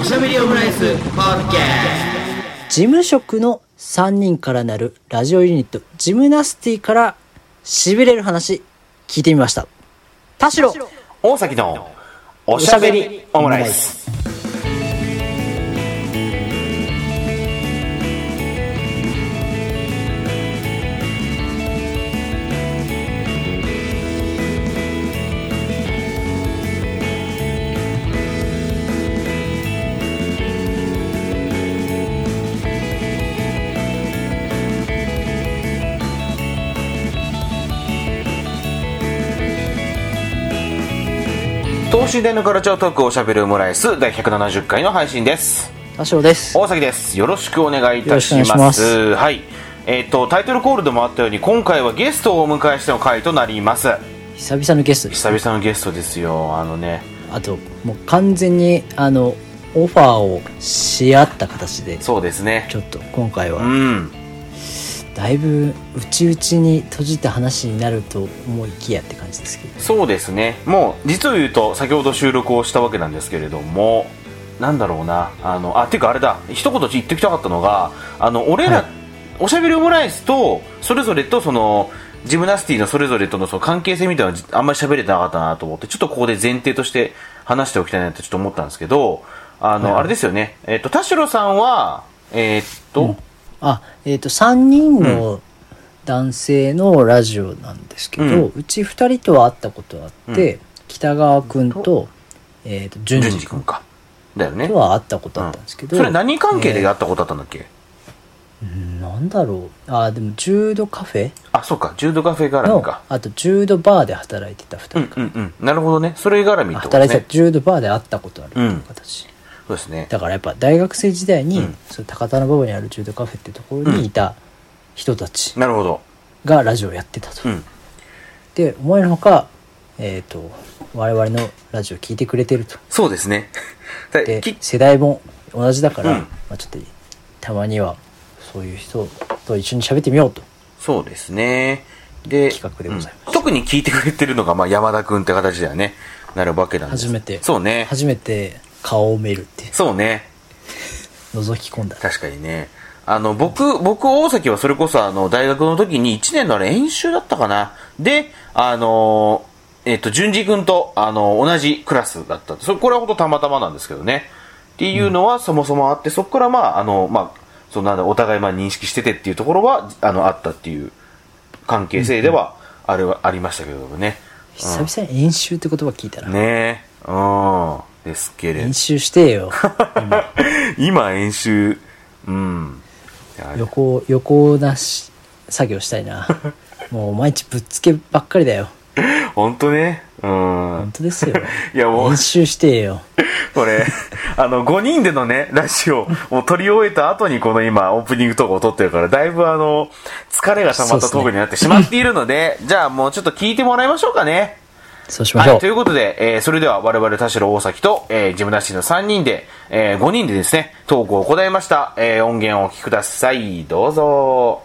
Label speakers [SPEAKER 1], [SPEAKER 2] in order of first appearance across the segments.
[SPEAKER 1] おしゃべりオムライスポッケ
[SPEAKER 2] 事務職の3人からなるラジオユニットジムナスティからしびれる話聞いてみました田代
[SPEAKER 3] 大崎のおしゃべりオムライス等身大のカルチャートークおしゃべりオムライス第170回の配信です
[SPEAKER 2] 田代です
[SPEAKER 3] 大崎ですよろしくお願いいたし
[SPEAKER 2] よ
[SPEAKER 3] ま
[SPEAKER 2] ろし
[SPEAKER 3] す
[SPEAKER 2] くお願いします
[SPEAKER 3] はいえっ、とタイトルコールでもあったように今回はゲストをお迎えしての回となります
[SPEAKER 2] 久々のゲストです
[SPEAKER 3] 久々のゲストですよあのね
[SPEAKER 2] あともう完全にあのオファーをし合った形で
[SPEAKER 3] そうですね
[SPEAKER 2] ちょっと今回
[SPEAKER 3] う
[SPEAKER 2] は
[SPEAKER 3] ん
[SPEAKER 2] だいぶ内々に閉じた話になると思いきやって感じですけど
[SPEAKER 3] そうですねもう実を言うと先ほど収録をしたわけなんですけれどもなんだろうなあのあていうかあれだ一言言っておきたかったのがあの俺
[SPEAKER 2] は
[SPEAKER 3] ら、
[SPEAKER 2] い
[SPEAKER 3] おしゃべりオムライスとそれぞれとそのジムナスティのそれぞれとのその関係性みたいなのはあんまり喋れてなかったなと思ってちょっとここで前提として話しておきたいなとちょっと思ったんですけどあの、
[SPEAKER 2] はい
[SPEAKER 3] あれですよね、えっと田代さんはえーっと、
[SPEAKER 2] あえっ、と3人の男性のラジオなんですけど、
[SPEAKER 3] う
[SPEAKER 2] うんち2人とは会ったことあって、北川君と,、えっ、と淳
[SPEAKER 3] 淳
[SPEAKER 2] 二
[SPEAKER 3] 二
[SPEAKER 2] 君
[SPEAKER 3] 君かだよね
[SPEAKER 2] とは会ったことあったんですけど、
[SPEAKER 3] うんそれ何関係でやったことあったんだっけ、
[SPEAKER 2] うんなんだろうあでも柔道カフェ
[SPEAKER 3] あそうか柔道カフェ絡
[SPEAKER 2] の
[SPEAKER 3] みか
[SPEAKER 2] あと柔道バーで働いてた2人
[SPEAKER 3] うんうんうんなるほどねそれ絡み
[SPEAKER 2] あ
[SPEAKER 3] ってこと
[SPEAKER 2] 働いて
[SPEAKER 3] ね
[SPEAKER 2] た柔道バーで会ったことあるっていう形、
[SPEAKER 3] そうですね
[SPEAKER 2] だからやっぱ大学生時代に、
[SPEAKER 3] うん
[SPEAKER 2] その高田馬場にある柔道カフェっていうところにいた人たち
[SPEAKER 3] なるほど
[SPEAKER 2] がラジオをやってたと、
[SPEAKER 3] うん
[SPEAKER 2] で思いのほか、えー、と我々のラジオ聞いてくれてると
[SPEAKER 3] そうですね で
[SPEAKER 2] で
[SPEAKER 3] き
[SPEAKER 2] 世代も同じだから、
[SPEAKER 3] うん
[SPEAKER 2] まあ、ちょっとたまにはそういう人と一緒に喋ってみようと
[SPEAKER 3] そうですねで
[SPEAKER 2] 企画でございます
[SPEAKER 3] うん特に聞いてくれてるのが、まあ、山田君って形だよねなるわけなんです
[SPEAKER 2] 初めて
[SPEAKER 3] そうね
[SPEAKER 2] 初めて顔を見るって
[SPEAKER 3] そうね
[SPEAKER 2] 覗き込んだ
[SPEAKER 3] 確かにねあの僕僕大崎はそれこそあの大学の時に1年のあれ演習だったかなであのえっと淳二君とあの同じクラスだったそこれはほんとたまたまなんですけどねっていうのはそもそもあって、そこからまああのまあそのなんだお互いまあ認識しててっていうところはあのあったっていう関係性ではあれはありましたけれどもね、
[SPEAKER 2] 久々に演習って言葉聞いたら、
[SPEAKER 3] ねえうんですけれど
[SPEAKER 2] 演習して よ
[SPEAKER 3] 今演習うん
[SPEAKER 2] 横横なし作業したいなもう毎日ぶっつけばっかりだよ
[SPEAKER 3] 本当ねうん
[SPEAKER 2] 本当ですよ
[SPEAKER 3] いやもう
[SPEAKER 2] 練習してよ
[SPEAKER 3] これ、あの、5人でのね、ラジオを撮り終えた後にこの今、オープニングトークを撮ってるから、だいぶあの、疲れが溜まったトークになってしまっているので、じゃあもうちょっと聞いてもらいましょうかね。
[SPEAKER 2] そうしましょ
[SPEAKER 3] は
[SPEAKER 2] う、
[SPEAKER 3] い、ということで、えーそれでは我々田代大崎と、えージムナスティの3人で、え5人でですね、トークを行いました。えー音源をお聞きください。どうぞ。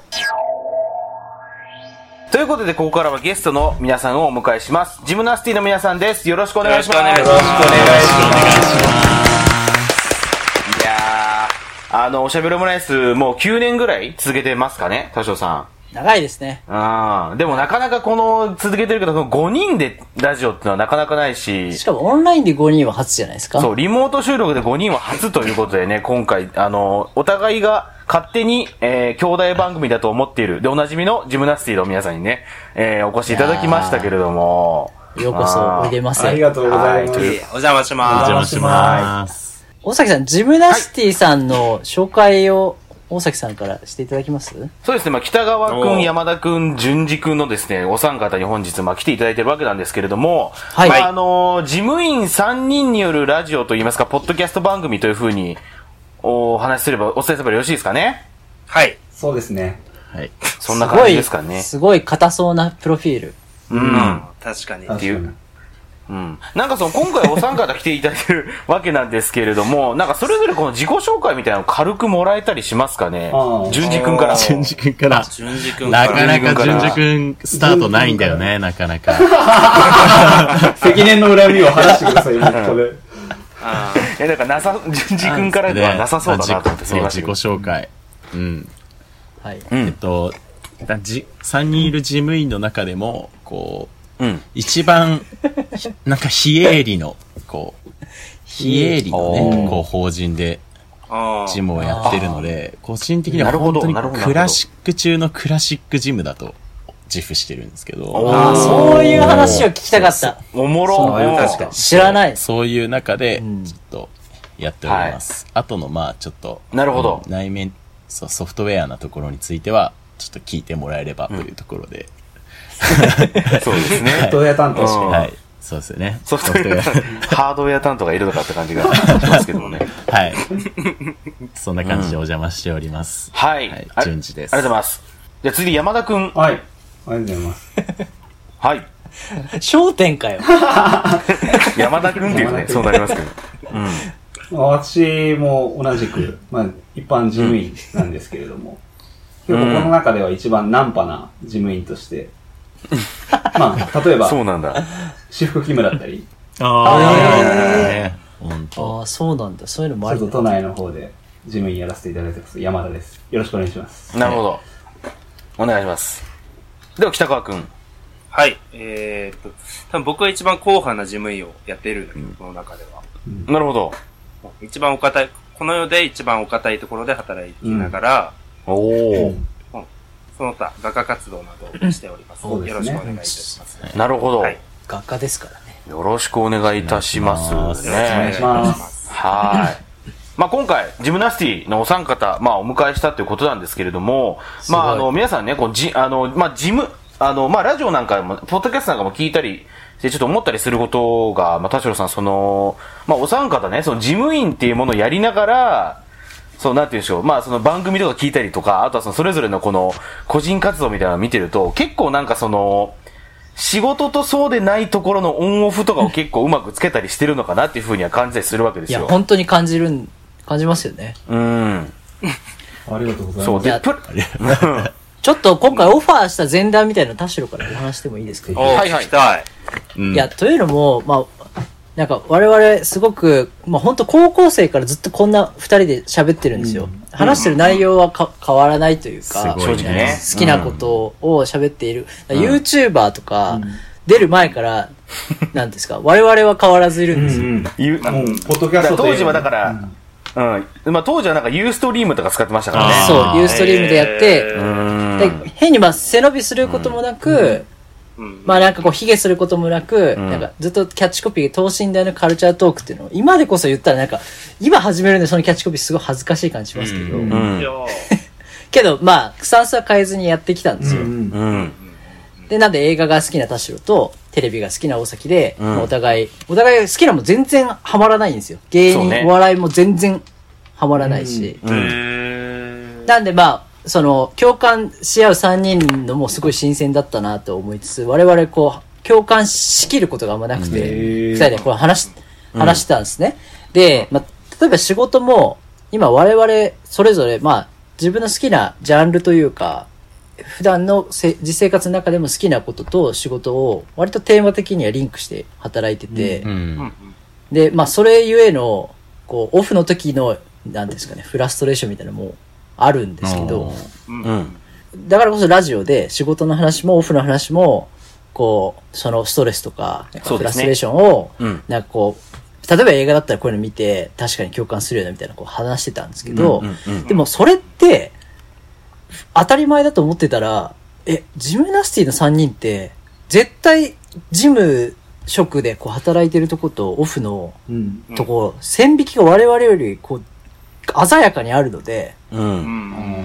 [SPEAKER 3] ということで、ここからはゲストの皆さんをお迎えします。ジムナスティの皆さんです。よろしくお願いします。
[SPEAKER 4] よろしくお願いします
[SPEAKER 3] いやー、あの、おしゃべりオムライス、もう9年ぐらい続けてますかね、田代さ
[SPEAKER 2] 長いですね
[SPEAKER 3] ん。あーでもなかなかこの、続けてるけど、その5人でラジオってのはなかなかないし、
[SPEAKER 2] しかもオンラインで5人は初じゃないですか
[SPEAKER 3] そう、リモート収録で5人は初ということでね、今回、あの、お互いが勝手に、えー兄弟番組だと思っている、で、おなじみのジムナスティの皆さんにね、えーお越しいただきましたけれども、
[SPEAKER 2] ようこそおいでませ
[SPEAKER 4] ありがとうございます。
[SPEAKER 3] は
[SPEAKER 4] お
[SPEAKER 3] い
[SPEAKER 4] 邪魔します。お邪魔します。
[SPEAKER 2] 大崎さんジムナスティさんの紹介を大崎さんからしていただけます、
[SPEAKER 3] そうですね、まあ、北川く
[SPEAKER 4] お
[SPEAKER 3] ん、
[SPEAKER 4] ー
[SPEAKER 3] 山田くん、淳二くんのですね、お三方に本日、まあ、来ていただいてるわけなんですけれども、
[SPEAKER 2] はい
[SPEAKER 3] まあ、あのー事務員3人によるラジオといいますか、ポッドキャスト番組というふうに、お話しすれば、お伝えすればよろしいですかね
[SPEAKER 4] はい。
[SPEAKER 5] そうですね。
[SPEAKER 3] そんな感じですかね。
[SPEAKER 2] すごい硬そうなプロフィール
[SPEAKER 3] うん。
[SPEAKER 4] 確かに。
[SPEAKER 5] 確か
[SPEAKER 3] い
[SPEAKER 5] に
[SPEAKER 3] ううん。なんかその、今回お三方来ていただいてる わけなんですけれども、なんかそれぞれこの自己紹介みたいなの軽くもらえたりしますかね
[SPEAKER 5] あー
[SPEAKER 3] 淳二くんから。
[SPEAKER 6] 淳二くんから。
[SPEAKER 4] 淳二君
[SPEAKER 6] なかな
[SPEAKER 3] 淳二君か
[SPEAKER 6] から淳二くんスタートないんだよね、なかなか。
[SPEAKER 5] 積年の恨みを晴らしてください、今ここで。
[SPEAKER 4] あ
[SPEAKER 3] いや、だからなさ、淳二君からではなさそうだなと思って、
[SPEAKER 6] そう自己
[SPEAKER 3] う
[SPEAKER 6] 紹介。うん。
[SPEAKER 2] はい。
[SPEAKER 3] ん。
[SPEAKER 6] と、だじ、3人いる事務員の中でも、こう、
[SPEAKER 3] うん。
[SPEAKER 6] 一番、 ひなんか非営利の、こう、非営利の
[SPEAKER 3] お
[SPEAKER 6] ね
[SPEAKER 3] ー、
[SPEAKER 6] こう、法人で、
[SPEAKER 4] あ
[SPEAKER 6] ジムをやってるので、個人的に
[SPEAKER 3] な
[SPEAKER 6] は
[SPEAKER 3] るほ
[SPEAKER 6] 本
[SPEAKER 3] ど
[SPEAKER 6] 当に
[SPEAKER 3] なるほど
[SPEAKER 6] クラシック中のクラシックジムだと自負してるんですけど、
[SPEAKER 2] あーそういう話を聞きたかった。
[SPEAKER 3] おもろ
[SPEAKER 2] そう
[SPEAKER 3] おー
[SPEAKER 4] 確かに
[SPEAKER 2] 知らない。
[SPEAKER 6] そういう中で
[SPEAKER 2] うん、
[SPEAKER 6] ちょっとやっております。あとの、まあちょっと、
[SPEAKER 3] なるほど
[SPEAKER 6] うん内面、そう、ソフトウェアなところについては、ちょっと聞いてもらえればというところで、
[SPEAKER 3] そうですね。
[SPEAKER 6] はい
[SPEAKER 4] どうや担当し
[SPEAKER 3] うん
[SPEAKER 6] はい。そうですよね。
[SPEAKER 3] ソフトウェア、
[SPEAKER 6] ソフ
[SPEAKER 3] ハードウェア担当がいるのかって感じがしますけどもね。
[SPEAKER 6] トウェアはい。そんな感じでお邪魔しております。
[SPEAKER 3] はい。
[SPEAKER 6] はい
[SPEAKER 3] あ
[SPEAKER 6] 順次です
[SPEAKER 3] ありがとうございます。じゃあ次、山田くん。
[SPEAKER 4] はい。ありがとうございます。
[SPEAKER 3] はい。
[SPEAKER 2] 焦点 かよ。
[SPEAKER 3] 山田くんっていうとね、そうなりますけど。
[SPEAKER 4] 私も同じく、まあ、一般事務員なんですけれども、結構この中では一番ナンパな事務員として、まあ、例えば、
[SPEAKER 3] そうなんだ。
[SPEAKER 4] 私服キムだったり、
[SPEAKER 6] ああ、ね。本当。
[SPEAKER 2] ああ、そうなんだ。そういうのも
[SPEAKER 4] ち
[SPEAKER 2] あ
[SPEAKER 4] ょっ
[SPEAKER 2] りだ
[SPEAKER 4] と都内の方で事務員やらせていただいてます。山田です。よろしくお願いします。
[SPEAKER 3] なるほど。お願いします。では、北川くん。
[SPEAKER 5] はい。えー、っと、多分僕は一番硬派な事務員をやっているんだけど、この中では。
[SPEAKER 3] なるほど。
[SPEAKER 5] 一番お堅い、この世で一番お堅いところで働きながら、
[SPEAKER 3] おお、
[SPEAKER 5] その他、画家活動などをしております。
[SPEAKER 4] そうですね
[SPEAKER 5] よろしくお願いいたします。よ
[SPEAKER 3] なるほど、
[SPEAKER 5] はい
[SPEAKER 2] 画家ですからね。
[SPEAKER 3] よろしくお願いいたします
[SPEAKER 5] ろしくお願いし
[SPEAKER 3] ね。
[SPEAKER 5] ます。
[SPEAKER 3] はい。まあ、今回、ジムナスティのお三方、まあ、お迎えしたということなんですけれども、
[SPEAKER 2] ごい
[SPEAKER 3] まあ、あの、皆さんね、こう、じ、あの、まあ、ジム、あの、まあ、ラジオなんかも、ポッドキャストなんかも聞いたりして、ちょっと思ったりすることが、まあ、田代さん、その、まあ、お三方ね、その、事務員っていうものをやりながら、そう、なんて言うんでしょう。まあ、その番組とか聞いたりとか、あとはその、それぞれのこの、個人活動みたいなのを見てると、結構なんかその、仕事とそうでないところのオンオフとかを結構うまくつけたりしてるのかなっていうふうには感じたりするわけで
[SPEAKER 2] い
[SPEAKER 3] す
[SPEAKER 2] や、
[SPEAKER 3] よ。
[SPEAKER 2] 本当に感じるん、感じますよね。
[SPEAKER 3] うん。
[SPEAKER 4] ありがとうござい
[SPEAKER 3] そ
[SPEAKER 4] ま
[SPEAKER 3] う。
[SPEAKER 2] い
[SPEAKER 4] す。
[SPEAKER 3] で
[SPEAKER 2] や、
[SPEAKER 3] プロ
[SPEAKER 2] ちょっと今回オファーした前段みたいなの田代からお話してもいいですか
[SPEAKER 5] おー、
[SPEAKER 3] はいはい
[SPEAKER 5] 聞きたい。
[SPEAKER 6] うん
[SPEAKER 2] いや、というのも、まあ、なんか我々すごく、まあ本当高校生からずっとこんな二人で喋ってるんですよ。話してる内容はか変わらないというか、
[SPEAKER 6] すごい
[SPEAKER 3] 正直ね
[SPEAKER 2] 好きなことを喋っている。YouTuber とか出る前から、なんですか、我々は変わらずいるんですよ。
[SPEAKER 4] ん。
[SPEAKER 3] 言う
[SPEAKER 4] もう、ポッドキ
[SPEAKER 3] だ
[SPEAKER 4] ャ
[SPEAKER 3] か
[SPEAKER 4] ス
[SPEAKER 3] ら
[SPEAKER 4] ト、
[SPEAKER 3] 当時はだからら、うん。まあ当時はなんかユーストリームとか使ってましたからね。
[SPEAKER 6] あー
[SPEAKER 2] そう、ユーストリームでやって、
[SPEAKER 5] え
[SPEAKER 3] う
[SPEAKER 5] ー
[SPEAKER 2] で変にまあ背伸びすることもなく、
[SPEAKER 5] うん
[SPEAKER 2] まあなんかこう、髭することもなく、
[SPEAKER 3] ん
[SPEAKER 2] なんかずっとキャッチコピー、等身大のカルチャートークっていうのを、今でこそ言ったらなんか、今始めるんでそのキャッチコピーすごい恥ずかしい感じしますけど、
[SPEAKER 4] うん
[SPEAKER 3] ん
[SPEAKER 5] いやー
[SPEAKER 2] けどまあ、スタンスは変えずにやってきたんですよ。
[SPEAKER 4] うん
[SPEAKER 3] うん。うん。
[SPEAKER 2] で、なんで映画が好きな田代と、テレビが好きな大崎で、
[SPEAKER 3] ん
[SPEAKER 2] まあお互い、お互い好きなもん全然ハマらないんですよ。芸
[SPEAKER 3] そう
[SPEAKER 2] 人、
[SPEAKER 3] ね
[SPEAKER 2] お笑いも全然ハマらないし。
[SPEAKER 3] うん。
[SPEAKER 2] なんでまあ、その、共感し合う3人のもすごい新鮮だったなと思いつつ、我々こう、共感しきることがあんまなくて、
[SPEAKER 4] へ
[SPEAKER 2] 2
[SPEAKER 4] ー
[SPEAKER 2] 人でこう話し、話したんですね。で、まあ、例えば仕事も、今我々それぞれ、まあ、自分の好きなジャンルというか、普段のせ実生活の中でも好きなことと仕事を割とテーマ的にはリンクして働いてて、
[SPEAKER 6] うん。
[SPEAKER 2] で、まあ、それゆえの、こう、オフの時の、なんですかね、フラストレーションみたいなのもあるんですけど、
[SPEAKER 3] うん。
[SPEAKER 2] だからこそラジオで仕事の話もオフの話も、こう、そのストレスとか、なんか
[SPEAKER 3] そう
[SPEAKER 2] フ
[SPEAKER 3] で
[SPEAKER 2] ラス
[SPEAKER 3] すね
[SPEAKER 2] トレーションを、
[SPEAKER 3] うん
[SPEAKER 2] なんかこう、例えば映画だったらこういうの見て、確かに共感するよねみたいなこう話してたんですけど、
[SPEAKER 3] うんうん
[SPEAKER 2] でもそれって、当たり前だと思ってたら、え、ジムナスティの3人って、絶対、ジム職でこう働いてるとことオフの
[SPEAKER 4] うん。
[SPEAKER 2] とこ、線引きが我々よりこう、鮮やかにあるので、
[SPEAKER 3] う。
[SPEAKER 5] うん。
[SPEAKER 4] うん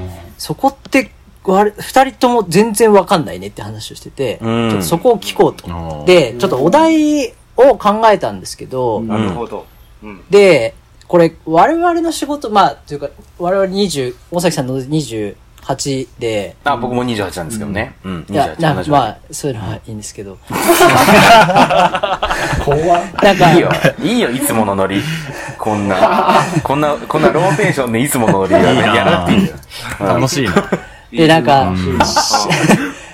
[SPEAKER 4] ん
[SPEAKER 2] そこって、わ二人とも全然わかんないねって話をしてて、
[SPEAKER 3] うん
[SPEAKER 2] ちょっとそこを聞こうと。
[SPEAKER 6] うん
[SPEAKER 2] で、ちょっとお題を考えたんですけど、
[SPEAKER 4] うん
[SPEAKER 5] なるほど。うん。
[SPEAKER 2] で、これ、我々の仕事、まあ、というか、我々20、大崎さんの28で、
[SPEAKER 3] あ、僕も28なんですけどね。うん。
[SPEAKER 2] いや
[SPEAKER 3] 28、
[SPEAKER 2] なんかま
[SPEAKER 3] ま
[SPEAKER 2] あ、そういうのはいいんですけど、
[SPEAKER 4] 怖っ
[SPEAKER 2] なん
[SPEAKER 3] あ。
[SPEAKER 2] か、
[SPEAKER 3] いいよ。いいよ、いつものノリ。こんな、こんな、こんなローテーションでいつものノリや
[SPEAKER 6] いいな
[SPEAKER 3] らなくていいんだよ。
[SPEAKER 6] 楽しいな。
[SPEAKER 2] で、なんか、
[SPEAKER 5] あ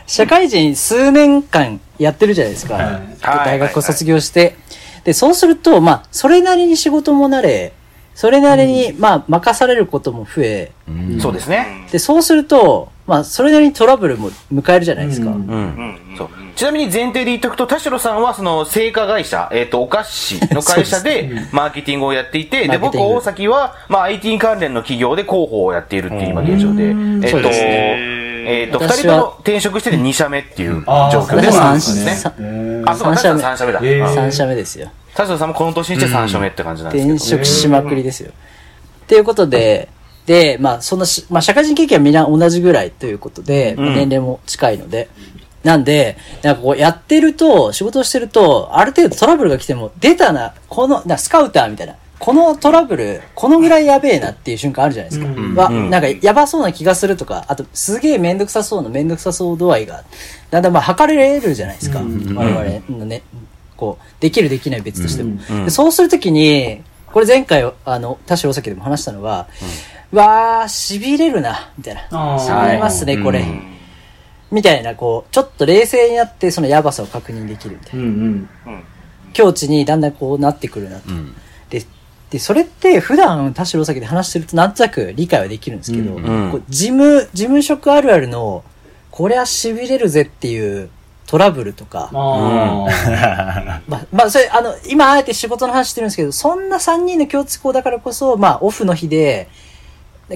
[SPEAKER 2] 社会人数年間やってるじゃないですか。
[SPEAKER 4] はい
[SPEAKER 2] で大学を卒業して、で、そうすると、まあ、それなりに仕事も慣れ、それなりに、まあ、任されることも増え、
[SPEAKER 6] うん
[SPEAKER 3] そうですね。
[SPEAKER 2] で、そうすると、まあ、それなりにトラブルも迎えるじゃないですか。
[SPEAKER 4] う
[SPEAKER 3] う。
[SPEAKER 4] ん
[SPEAKER 5] うんん。
[SPEAKER 3] そう
[SPEAKER 5] うん。
[SPEAKER 3] ちなみに前提で言っとくと、田代さんはその製菓会社、えっ、と、お菓子の会社
[SPEAKER 4] そう
[SPEAKER 3] で
[SPEAKER 4] です
[SPEAKER 3] マーケティングをやっていて、
[SPEAKER 2] マ
[SPEAKER 3] で、
[SPEAKER 2] ーケティング
[SPEAKER 3] 僕、大崎は、まあ、IT 関連の企業で広報をやっているっていう今現状で、えっ、
[SPEAKER 6] そう
[SPEAKER 3] と、
[SPEAKER 6] です
[SPEAKER 3] えっ、と、二
[SPEAKER 2] 私
[SPEAKER 3] 人
[SPEAKER 2] は
[SPEAKER 3] とも転職してて2社目っていう
[SPEAKER 4] ああ、
[SPEAKER 3] 状況で
[SPEAKER 2] 私
[SPEAKER 3] す
[SPEAKER 2] は三社
[SPEAKER 3] ね。
[SPEAKER 2] 目
[SPEAKER 3] ね。
[SPEAKER 4] え
[SPEAKER 3] あ、そうか、田
[SPEAKER 2] 三社目
[SPEAKER 3] 代さん3社目だ。
[SPEAKER 4] へー
[SPEAKER 3] うん
[SPEAKER 2] 3社目ですよ。
[SPEAKER 3] 田代さんもこの年にして3社目って感じなんですけど
[SPEAKER 2] 転。職しまくりですよ。っていうことで、で、まあ、そのし、まあ、社会人経験はみんな同じぐらいということで、
[SPEAKER 3] うん
[SPEAKER 2] 年齢も近いので。なんで、なんかこうやってると、仕事をしてると、ある程度トラブルが来ても、出たな、この、なスカウターみたいな、このトラブル、このぐらいやべえなっていう瞬間あるじゃないですか。
[SPEAKER 4] うん
[SPEAKER 2] わ
[SPEAKER 3] うん
[SPEAKER 2] なんかやばそうな気がするとか、あとすげえめんどくさそうなめんどくさそう度合いが、だんだんまあ測れるじゃないですか。
[SPEAKER 4] うん
[SPEAKER 2] 我々のね、こう、できるできない別としても。
[SPEAKER 3] うん
[SPEAKER 2] でそうするときに、これ前回、あの、田代大崎でも話したのは、わー、痺れるな、みたいな。
[SPEAKER 4] あー
[SPEAKER 2] 痺れますね、これ。
[SPEAKER 6] うん
[SPEAKER 2] みたいな、こう、ちょっと冷静になって、そのやばさを確認できるみたいな。
[SPEAKER 4] うんうん。
[SPEAKER 5] うん。
[SPEAKER 2] 境地にだんだんこうなってくるなと。
[SPEAKER 6] うん
[SPEAKER 2] で、で、それって普段田代先で話してるとなんとなく理解はできるんですけど、
[SPEAKER 4] うん
[SPEAKER 2] こう事務、事務職あるあるの、これは痺れるぜっていうトラブルとか、
[SPEAKER 4] ああ。
[SPEAKER 2] まあ、まあ、それ、あの、今、あえて仕事の話してるんですけど、そんな3人の共通項だからこそ、まあ、オフの日で、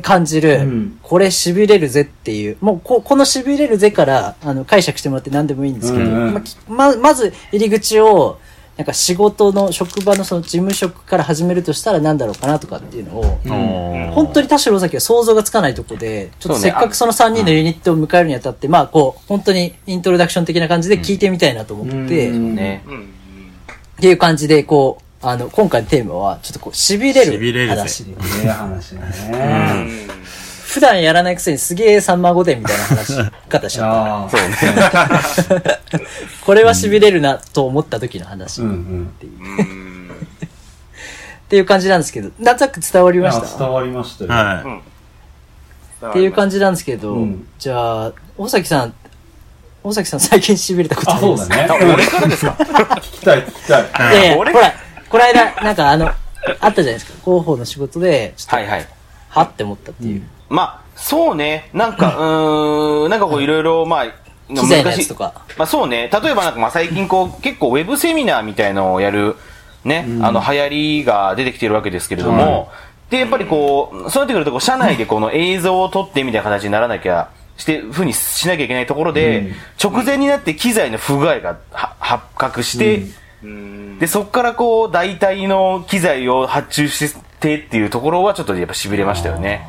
[SPEAKER 2] 感じる、
[SPEAKER 4] うん
[SPEAKER 2] これ痺れるぜっていう、もうこ、この痺れるぜから、あの、解釈してもらって何でもいいんですけど、
[SPEAKER 4] うんうん
[SPEAKER 2] まあきま、まず、入り口を、なんか仕事の、職場のその事務職から始めるとしたら何だろうかなとかっていうのを、本当に田代崎は想像がつかないとこで、ちょっと
[SPEAKER 3] そうね
[SPEAKER 2] せっかくその3人のユニットを迎えるにあたって、まあ、こう、本当にイントロダクション的な感じで聞いてみたいなと思って、
[SPEAKER 4] うん
[SPEAKER 3] ね。
[SPEAKER 5] うん。
[SPEAKER 2] っていう感じで、こう、あの、今回のテーマは、ちょっとこう、痺れ
[SPEAKER 6] 痺れ
[SPEAKER 2] る
[SPEAKER 6] るぜ
[SPEAKER 2] 話。
[SPEAKER 4] ええ話だ
[SPEAKER 5] う
[SPEAKER 4] ね。
[SPEAKER 5] ん。
[SPEAKER 2] 普段やらないくせにすげえサンマ御殿みたいな話し方しちゃっ
[SPEAKER 4] ああ。そうね。
[SPEAKER 2] た。これは痺れるなと思った時の話。
[SPEAKER 4] う
[SPEAKER 2] っ
[SPEAKER 4] んうん。
[SPEAKER 5] うん。
[SPEAKER 2] ていう感じなんですけど、なんとなく伝わり
[SPEAKER 4] い
[SPEAKER 2] ま
[SPEAKER 4] や
[SPEAKER 2] した。っ
[SPEAKER 4] 伝わりましたよ。
[SPEAKER 6] は
[SPEAKER 2] ていう感
[SPEAKER 5] じ。
[SPEAKER 2] じなんですけど
[SPEAKER 4] うん、
[SPEAKER 2] じゃあ、大崎さん、大崎さん最近痺れたこと
[SPEAKER 4] あ、
[SPEAKER 2] あり
[SPEAKER 4] そ
[SPEAKER 2] ま
[SPEAKER 4] う
[SPEAKER 2] す
[SPEAKER 4] だね。
[SPEAKER 3] 俺からですか
[SPEAKER 4] 聞きたい聞きたい。
[SPEAKER 2] いやいや、ほ
[SPEAKER 3] 俺
[SPEAKER 2] ら、この間、なんかあの、あったじゃないですか。広報の仕事で、ちょっと、
[SPEAKER 3] はいはい。
[SPEAKER 2] はって思ったっていう。
[SPEAKER 3] まあ、そうね。な んか、うーん、なんかこういろいろ、まあ、
[SPEAKER 2] 機材のやつとか。
[SPEAKER 3] まあそうね。例えばなんか、まあ最近こう、結構ウェブセミナーみたいのをやる、ね、あの、流行りが出てきてるわけですけれども、で、やっぱりこう、そうなってくると、こう、社内でこの映像を撮ってみたいな形にならなきゃ、して、ふうにしなきゃいけないところで、直前になって機材の不具合がは発覚して、
[SPEAKER 5] うん。
[SPEAKER 3] で、そこからこう、代替の機材を発注してっていうところは、ちょっとやっぱ痺れましたよね。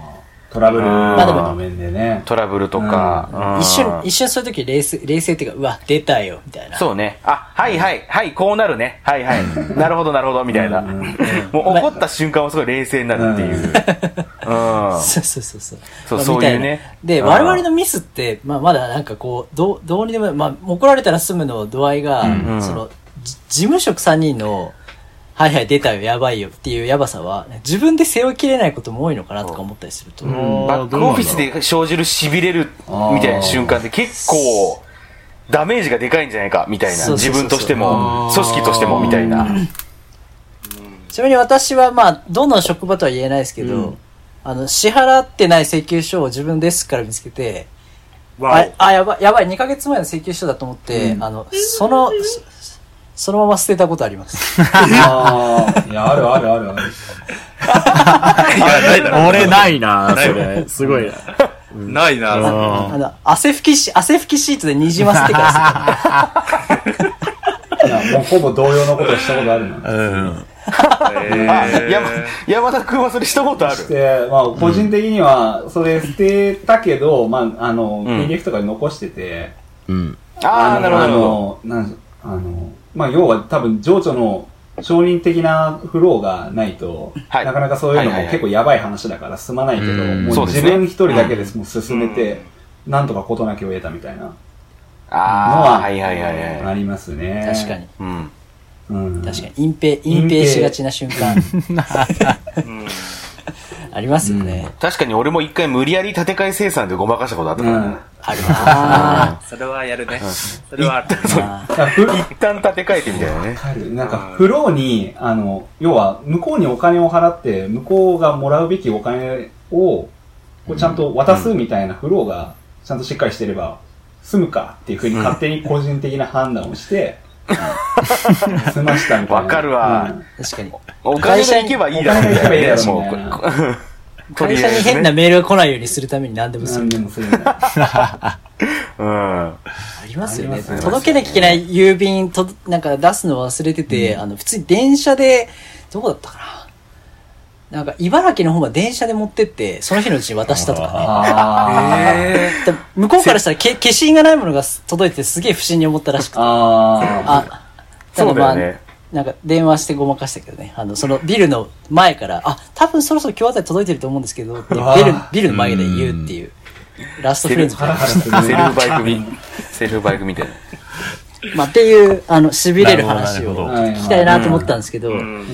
[SPEAKER 4] トラブル
[SPEAKER 2] あでも
[SPEAKER 4] の面でね。
[SPEAKER 3] トラブルとか。うん
[SPEAKER 2] 一瞬、一瞬そういう時冷静、冷静っていうか、うわ、出たよ、みたいな。
[SPEAKER 3] そうね。あ、はいはい、はい、こうなるね。はいはい。なるほど、なるほど、みたいな。
[SPEAKER 4] う
[SPEAKER 3] も
[SPEAKER 4] んうん
[SPEAKER 3] う怒った瞬間はすごい冷静になるっていう。 うん。
[SPEAKER 2] そうそうそうそう。
[SPEAKER 3] そう
[SPEAKER 2] まあ
[SPEAKER 3] そういうね
[SPEAKER 2] みたいなで、
[SPEAKER 3] うん
[SPEAKER 2] 我々のミスって、まあ、まだなんかこう、どう、どうにでも、まあ、怒られたら済むの度合いが、
[SPEAKER 3] ん
[SPEAKER 2] その、じ事務職3人の、はいはい、出たよ、やばいよっていうやばさは、自分で背負いきれないことも多いのかなとか思ったりすると。
[SPEAKER 3] バックオフィスで生じる痺れるみたいな瞬間で結構、ダメージがでかいんじゃないか、みたいな。
[SPEAKER 2] そうそうそう
[SPEAKER 3] 自分として
[SPEAKER 6] う
[SPEAKER 3] も、
[SPEAKER 6] ん
[SPEAKER 3] 組織としても、みたいな。
[SPEAKER 2] ちなみに私は、まあ、どの職場とは言えないですけど、
[SPEAKER 4] うん
[SPEAKER 2] あの、支払ってない請求書を自分のデスクから見つけて、
[SPEAKER 5] わ
[SPEAKER 2] あ、あやばい、やばい、2ヶ月前の請求書だと思って、あの、その、そそのまま捨てたことあります。
[SPEAKER 4] ああ。いや、あるあるあるある。
[SPEAKER 6] い。俺ないな、それ。すごいな。
[SPEAKER 5] お。ないな。
[SPEAKER 2] あの、汗拭きし、汗拭きシートでにじませてから捨てた。
[SPEAKER 4] いや、もうほぼ同様のことしたことあるな。
[SPEAKER 6] うん。
[SPEAKER 5] え
[SPEAKER 3] あ、
[SPEAKER 5] ー
[SPEAKER 3] やば山田君はそれしたことある
[SPEAKER 4] して、まあ、個人的には、それ捨てたけど、まあ、あの、PDF とかに残してて、
[SPEAKER 6] うん。
[SPEAKER 3] ああ、なるほどなるほど。
[SPEAKER 4] ど。なんあの、まあ、要は多分、情緒の承認的なフローがないと、
[SPEAKER 3] はい
[SPEAKER 4] なかなかそういうの
[SPEAKER 3] はいはい
[SPEAKER 4] も
[SPEAKER 3] はい
[SPEAKER 4] 結構やばい話だから進まないけど、
[SPEAKER 6] うん
[SPEAKER 4] も
[SPEAKER 3] そう
[SPEAKER 4] う
[SPEAKER 3] です
[SPEAKER 4] 自
[SPEAKER 3] ね
[SPEAKER 4] 分一人だけです、もう進めて、なんとか事なきを得たみたいなの
[SPEAKER 3] ああ、
[SPEAKER 4] は、
[SPEAKER 3] はいはいはいは
[SPEAKER 4] あ
[SPEAKER 3] い。
[SPEAKER 4] りますね。
[SPEAKER 2] 確かに。。
[SPEAKER 3] うん。
[SPEAKER 4] うん、
[SPEAKER 2] 確かに。隠蔽、隠蔽しがちな瞬間。
[SPEAKER 5] うん。
[SPEAKER 2] ありますよね。
[SPEAKER 3] 確かに俺も一回無理やり建て替え生産でごまかしたことあった
[SPEAKER 4] う
[SPEAKER 3] から
[SPEAKER 4] ん
[SPEAKER 3] な。。
[SPEAKER 2] ある な
[SPEAKER 5] それはやるね。それはある。
[SPEAKER 2] あ
[SPEAKER 4] いやふ
[SPEAKER 3] 一旦立て替えてみたいなね。
[SPEAKER 4] 帰るなんか、フローに、あの、要は、向こうにお金を払って、向こうがもらうべきお金を、こうちゃんと渡すみたいなフローが、ちゃんとしっかりしてれば、済むかっていうふうに勝手に個人的な判断をして、済ましたみたいな。
[SPEAKER 3] わかるわ
[SPEAKER 4] うん
[SPEAKER 2] 確かに。
[SPEAKER 3] お金が行けばいいだろみたいなね。もう、と
[SPEAKER 2] 会
[SPEAKER 3] り
[SPEAKER 2] 社
[SPEAKER 3] あ
[SPEAKER 2] に
[SPEAKER 3] えず
[SPEAKER 2] 変な
[SPEAKER 3] ね。
[SPEAKER 2] メールが来ないようにするために何でもする
[SPEAKER 4] 何。でもするんだ。
[SPEAKER 3] うん。
[SPEAKER 2] ありますよ
[SPEAKER 4] あ
[SPEAKER 2] ね。
[SPEAKER 4] りますね
[SPEAKER 2] 届けなきゃいけない郵便と、なんか出すの忘れてて、あの、普通に電車で、どこだったかな。なんか、茨城の方まで電車で持ってって、その日のうちに渡したとか
[SPEAKER 4] あー。
[SPEAKER 2] ね。で向こうからしたら、け、消印がないものが届いてすげえ不審に思ったらしくて。
[SPEAKER 4] あ
[SPEAKER 2] あ、た
[SPEAKER 3] そうだ
[SPEAKER 2] ま
[SPEAKER 3] よ
[SPEAKER 2] あ、
[SPEAKER 3] ね。
[SPEAKER 2] なんか電話してごまかしたけどね。あの、そのビルの前から、あ、多分そろそろ今日あたり届いてると思うんですけど、ってビル
[SPEAKER 4] うわー、
[SPEAKER 2] ビルの前で言うっていう。ラストフレンズ
[SPEAKER 4] ー。
[SPEAKER 2] み
[SPEAKER 4] ハ
[SPEAKER 2] たい
[SPEAKER 4] ラ
[SPEAKER 2] な
[SPEAKER 4] ハ
[SPEAKER 3] セルフバイ
[SPEAKER 4] ラするね。
[SPEAKER 3] クみ、セルフバイクみたいな。
[SPEAKER 2] まあ、っていう、あの、痺れる話
[SPEAKER 6] なるほ
[SPEAKER 2] を
[SPEAKER 6] ど
[SPEAKER 4] なるほど
[SPEAKER 2] 聞きたいなと思ったんですけど、
[SPEAKER 5] うん。なる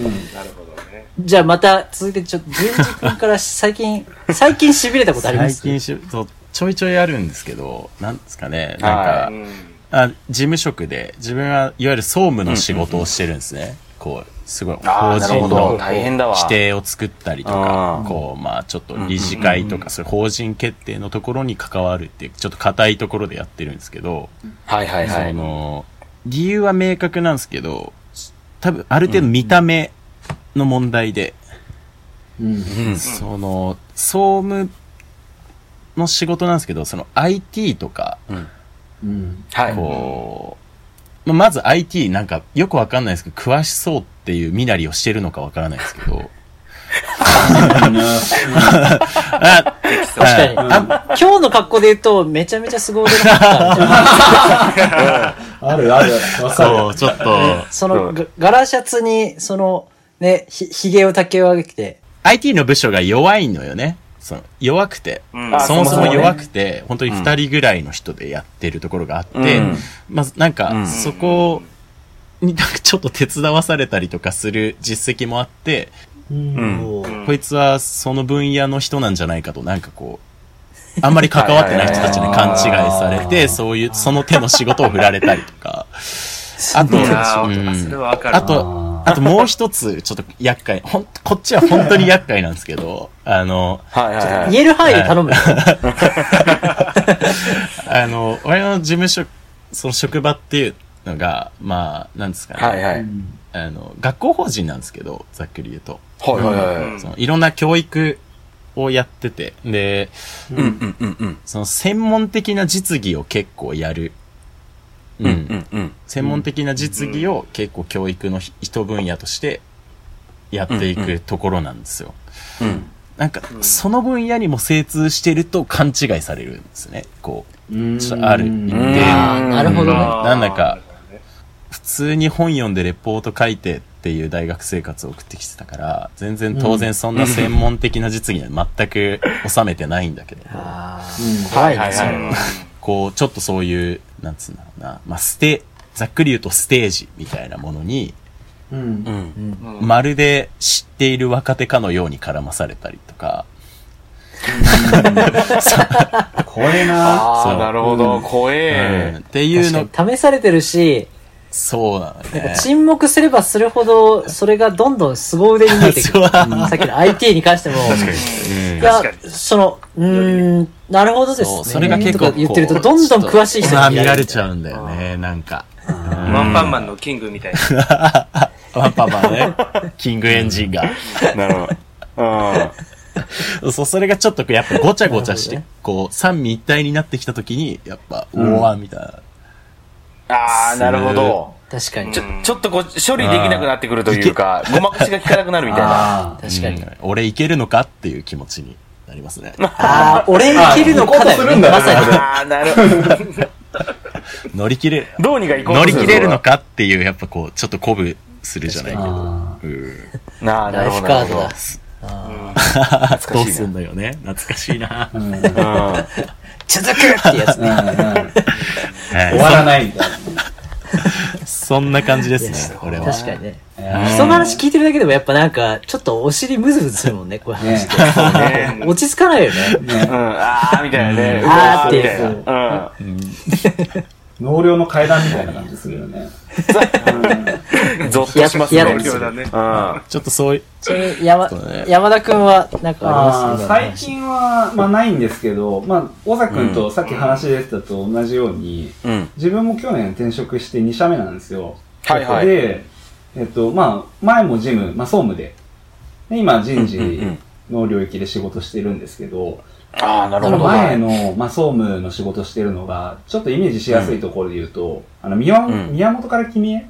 [SPEAKER 5] ほどね。
[SPEAKER 2] じゃあまた続いてちょっと、淳二君から最近、最近痺れたことありま
[SPEAKER 6] 最
[SPEAKER 2] す
[SPEAKER 6] 近しそうちょいちょいあるんですけど、なんですかね、なんか、
[SPEAKER 3] は
[SPEAKER 5] うん。
[SPEAKER 6] あ事務職で、自分はいわゆる総務の仕事をしてるんですね。こう、すごい、
[SPEAKER 3] あ
[SPEAKER 6] 法
[SPEAKER 3] あ、なるほ
[SPEAKER 6] 人
[SPEAKER 3] ど。
[SPEAKER 6] の
[SPEAKER 3] 大変だわ。
[SPEAKER 6] 指定を作ったりと
[SPEAKER 3] う
[SPEAKER 6] か
[SPEAKER 3] ん、
[SPEAKER 6] こう、まあちょっと理事会とか、そういう法人決定のところに関わるっていう、ちょっと硬いところでやってるんですけど、
[SPEAKER 3] はいはいは
[SPEAKER 6] そ
[SPEAKER 3] い。
[SPEAKER 6] の、理由は明確なんですけど、多分ある程度見た目の問題で、
[SPEAKER 4] うん
[SPEAKER 3] うん
[SPEAKER 6] その、総務の仕事なんですけど、その IT とか、
[SPEAKER 4] うん。
[SPEAKER 3] はい。
[SPEAKER 6] こう、まあまず IT なんかよくわかんないですけど、詳しそうっていう身なりをしてるのかわからないですけ ど、あ、
[SPEAKER 2] 確かに。あ今日の格好で言うと、めちゃめちゃ凄腕の方だったんで
[SPEAKER 4] あるあるある。わかる。
[SPEAKER 6] そう、ちょっと、
[SPEAKER 2] すよそうの、
[SPEAKER 3] ん
[SPEAKER 2] がガラシャツに、その、ね、ひ、ひげを竹を上げて、
[SPEAKER 6] IT の部署が弱いのよね。その弱くて、
[SPEAKER 5] うん
[SPEAKER 6] そもそ
[SPEAKER 3] あそもそも
[SPEAKER 6] も
[SPEAKER 3] ね
[SPEAKER 6] 弱くて、本当に二人ぐらいの人でやってるところがあって、
[SPEAKER 3] うん
[SPEAKER 6] まずなん
[SPEAKER 3] う
[SPEAKER 6] か、
[SPEAKER 3] ん
[SPEAKER 6] そこになんかちょっと手伝わされたりとかする実績もあって、
[SPEAKER 4] うん
[SPEAKER 5] うん
[SPEAKER 6] こいつはその分野の人なんじゃないかと、なんかこう、あんまり関わってない人たちに勘違いされて、そういう、その手の仕事を振られたりとか。あと、
[SPEAKER 5] いや
[SPEAKER 6] うん
[SPEAKER 5] ー、それはわかる。
[SPEAKER 6] あと、あともう一つ、ちょっと厄介、ほん、こっちは本当に厄介なんですけど、あの、
[SPEAKER 3] はいはいはい。
[SPEAKER 2] 言える範囲で頼むよ。
[SPEAKER 6] あの、俺の事務所、その職場っていうのが、まあ、なんですかね、
[SPEAKER 3] はいはい。はい
[SPEAKER 6] あの、学校法人なんですけど、ざっくり言うと。
[SPEAKER 3] はいはい。
[SPEAKER 5] うん
[SPEAKER 6] そのいろんな教育をやってて、で、
[SPEAKER 3] うんうんうんうん。
[SPEAKER 6] その専門的な実技を結構やる。うん。
[SPEAKER 3] うんうん
[SPEAKER 6] 専門的な実技を結構教育のひ一分野としてやっていくところなんですよ。
[SPEAKER 3] うん。
[SPEAKER 6] なんか、その分野にも精通してると勘違いされるんですね。こ
[SPEAKER 4] うん
[SPEAKER 6] う、ちょっとある一
[SPEAKER 3] うん
[SPEAKER 6] 定
[SPEAKER 2] あ
[SPEAKER 6] の。
[SPEAKER 2] ーなるほどね。
[SPEAKER 5] あー
[SPEAKER 6] なんだか、普通に本読んでレポート書いてっていう大学生活を送ってきてたから、全然当然そんな専門的な実技には全く収めてないんだけど。
[SPEAKER 2] あ
[SPEAKER 3] はいはい
[SPEAKER 5] うん
[SPEAKER 3] は
[SPEAKER 6] こう、ちょっとそういう、なんつうんだろうな、まあ、ステ、ざっくり言うとステージみたいなものに、
[SPEAKER 4] うん
[SPEAKER 3] い。う。ん。
[SPEAKER 5] うん
[SPEAKER 6] まるで知っている若手かのように絡まされたりとか、
[SPEAKER 4] これな。
[SPEAKER 3] あ
[SPEAKER 6] そ
[SPEAKER 3] あ、
[SPEAKER 6] う
[SPEAKER 3] なるほど。怖
[SPEAKER 6] うん
[SPEAKER 3] え。
[SPEAKER 6] って
[SPEAKER 2] ー
[SPEAKER 6] いうの、
[SPEAKER 2] 確かに試されてるし、
[SPEAKER 6] そうなのね。
[SPEAKER 2] 沈黙すればするほど、それがどんどん凄腕に見えてくる。
[SPEAKER 6] そう
[SPEAKER 2] さっきの IT に関しても。いや
[SPEAKER 5] 確か、に
[SPEAKER 2] その、うーん、なるほどです
[SPEAKER 6] そ
[SPEAKER 2] ね。
[SPEAKER 6] う、それが結構
[SPEAKER 2] と
[SPEAKER 6] こ
[SPEAKER 2] か
[SPEAKER 6] う。
[SPEAKER 2] 言ってると、どんどん詳しい人
[SPEAKER 6] まあ
[SPEAKER 2] に
[SPEAKER 6] 見られち
[SPEAKER 2] う。
[SPEAKER 6] ゃうんだよね、なんか。
[SPEAKER 5] ワンパンマンのキングみたいな。
[SPEAKER 6] ワンパンマンね。キングエンジンが。
[SPEAKER 3] なるほど。うん。
[SPEAKER 6] そう、それがちょっとやっぱごちゃごちゃして、
[SPEAKER 2] なる
[SPEAKER 6] こう、三位一体になってきた時に、やっぱ、おわ、みたいな。
[SPEAKER 3] ああ、なるほど。
[SPEAKER 2] 確かに。
[SPEAKER 5] ち
[SPEAKER 2] ち
[SPEAKER 5] ょ
[SPEAKER 2] ょ
[SPEAKER 3] ちょっとこう、処理できなくなってくるというか、ごまかしが効かなくなるみたいな。
[SPEAKER 4] あ
[SPEAKER 2] 確かに。
[SPEAKER 6] うん俺いけるのかっていう気持ちになりますね。
[SPEAKER 2] ああ、俺いけるのかだ
[SPEAKER 4] あ
[SPEAKER 2] よ
[SPEAKER 4] ー
[SPEAKER 2] ね。ま
[SPEAKER 4] そういう
[SPEAKER 2] さ
[SPEAKER 4] こ
[SPEAKER 2] に。
[SPEAKER 3] ああ、なるほど。
[SPEAKER 6] 乗り切れ、
[SPEAKER 3] どうにか行こうと
[SPEAKER 6] 乗
[SPEAKER 3] す
[SPEAKER 6] り
[SPEAKER 3] る
[SPEAKER 6] 切れるのかっていう、やっぱこう、ちょっと鼓舞するじゃないけど。
[SPEAKER 4] あ。
[SPEAKER 6] うん
[SPEAKER 3] なあ、な
[SPEAKER 2] ライ
[SPEAKER 3] るほ
[SPEAKER 2] フ
[SPEAKER 3] ど。
[SPEAKER 2] カードだ。
[SPEAKER 6] どうすんだよね。懐かしいな。
[SPEAKER 4] うん。うん。
[SPEAKER 3] だ。
[SPEAKER 2] 続くってやつね。
[SPEAKER 4] 終
[SPEAKER 6] はい
[SPEAKER 4] わらないみたいな。
[SPEAKER 6] そそんな感じですね、これは。
[SPEAKER 2] 確かにね。人の話聞いてるだけでもやっぱなんか、ちょっとお尻ムズムズするもんね、こういう話って。
[SPEAKER 5] ね
[SPEAKER 2] 落ち着かないよね。
[SPEAKER 3] う
[SPEAKER 4] ね
[SPEAKER 3] ん、あーみたいなね。
[SPEAKER 2] うんあーって
[SPEAKER 3] みたいな。うん。
[SPEAKER 4] 納涼の階段みたいな感じするよね。
[SPEAKER 3] ゾッとします
[SPEAKER 2] い
[SPEAKER 3] ね。
[SPEAKER 2] や
[SPEAKER 5] 東
[SPEAKER 2] い
[SPEAKER 5] 京
[SPEAKER 2] や
[SPEAKER 5] だね。
[SPEAKER 3] うん。
[SPEAKER 6] ちょっとそういう、
[SPEAKER 2] ちなみに山
[SPEAKER 6] そうだね
[SPEAKER 2] 山田くんは、なんかあ
[SPEAKER 4] あ
[SPEAKER 2] りま
[SPEAKER 4] ー最
[SPEAKER 2] す
[SPEAKER 4] 近は、まあないんですけど、まあ、尾崎くんとさっき話出てたと同じように、
[SPEAKER 3] うん。
[SPEAKER 4] 自分も去年転職して2社目なんですよ。
[SPEAKER 3] はいはい
[SPEAKER 4] で、えっと、まあ、前もジム、まあ、総務で、で今人事の領域で仕事してるんですけど、
[SPEAKER 3] ああ、なる
[SPEAKER 4] そ
[SPEAKER 3] ほど。
[SPEAKER 4] の前の、まあ、総務の仕事してるのが、ちょっとイメージしやすいところで言うと、あの、宮
[SPEAKER 3] うん
[SPEAKER 4] 宮本から君へ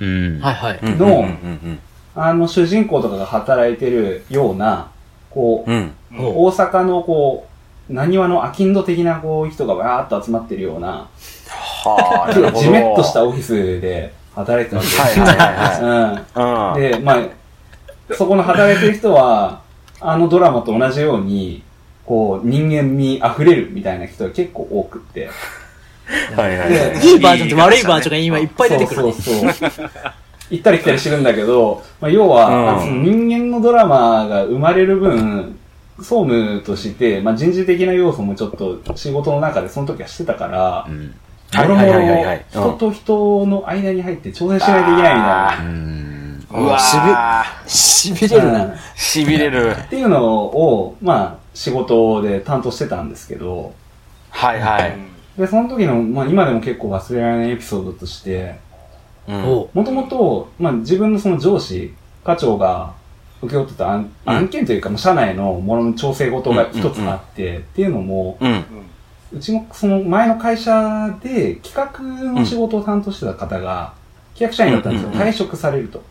[SPEAKER 6] うん。
[SPEAKER 2] はいはい。
[SPEAKER 3] うん
[SPEAKER 4] の
[SPEAKER 3] うんうん
[SPEAKER 4] あの、主人公とかが働いてるような、こう
[SPEAKER 3] う、んうん。
[SPEAKER 2] ほ
[SPEAKER 4] 大阪のこう、なにわのアキンド的なこう人がわーっと集まってるような、
[SPEAKER 3] はあ、な
[SPEAKER 4] ちょ
[SPEAKER 3] る
[SPEAKER 4] っ
[SPEAKER 3] ほど。
[SPEAKER 4] とじめっとしたオフィスで働いてたわけですよ
[SPEAKER 3] はいはいは
[SPEAKER 4] うん。
[SPEAKER 3] いはい。
[SPEAKER 4] で、まあ、そこの働いてる人は、あのドラマと同じように、こう、人間味溢れるみたいな人が結構多くって。
[SPEAKER 3] うん。はいはいはい。
[SPEAKER 2] ういいバージョンと悪いバージョンが今いっぱい出てくる
[SPEAKER 4] そう
[SPEAKER 2] ね。
[SPEAKER 4] そうそう。行ったり来たりしてるんだけど、まあ、要は、
[SPEAKER 3] うん
[SPEAKER 4] あその人間のドラマが生まれる分、総務として、まあ、人事的な要素もちょっと仕事の中でその時はしてたから
[SPEAKER 6] う、ん。
[SPEAKER 4] もろも
[SPEAKER 3] はいはいはいはいうん
[SPEAKER 4] ろ人と人の間に入って挑戦しないといけないみたいな。
[SPEAKER 6] うん。
[SPEAKER 3] うわー、
[SPEAKER 2] 痺れる
[SPEAKER 4] うん
[SPEAKER 2] な。
[SPEAKER 3] しびれる。
[SPEAKER 4] っていうのを、まあ、仕事で担当してたんですけど、
[SPEAKER 3] はいはい。
[SPEAKER 4] で、その時の、まあ、今でも結構忘れられないエピソードとして、
[SPEAKER 3] うん
[SPEAKER 2] おう
[SPEAKER 4] もともと、まあ、自分のその上司、課長が受け負ってた案,、
[SPEAKER 3] うん
[SPEAKER 4] 案件というか、まあ社内のものの調整事が一つあって、っていうのも、
[SPEAKER 3] うん。
[SPEAKER 4] うちのその前の会社で企画の仕事を担当してた方が、企画社員だったんですよ。
[SPEAKER 3] うんうんうん
[SPEAKER 4] 退職されると。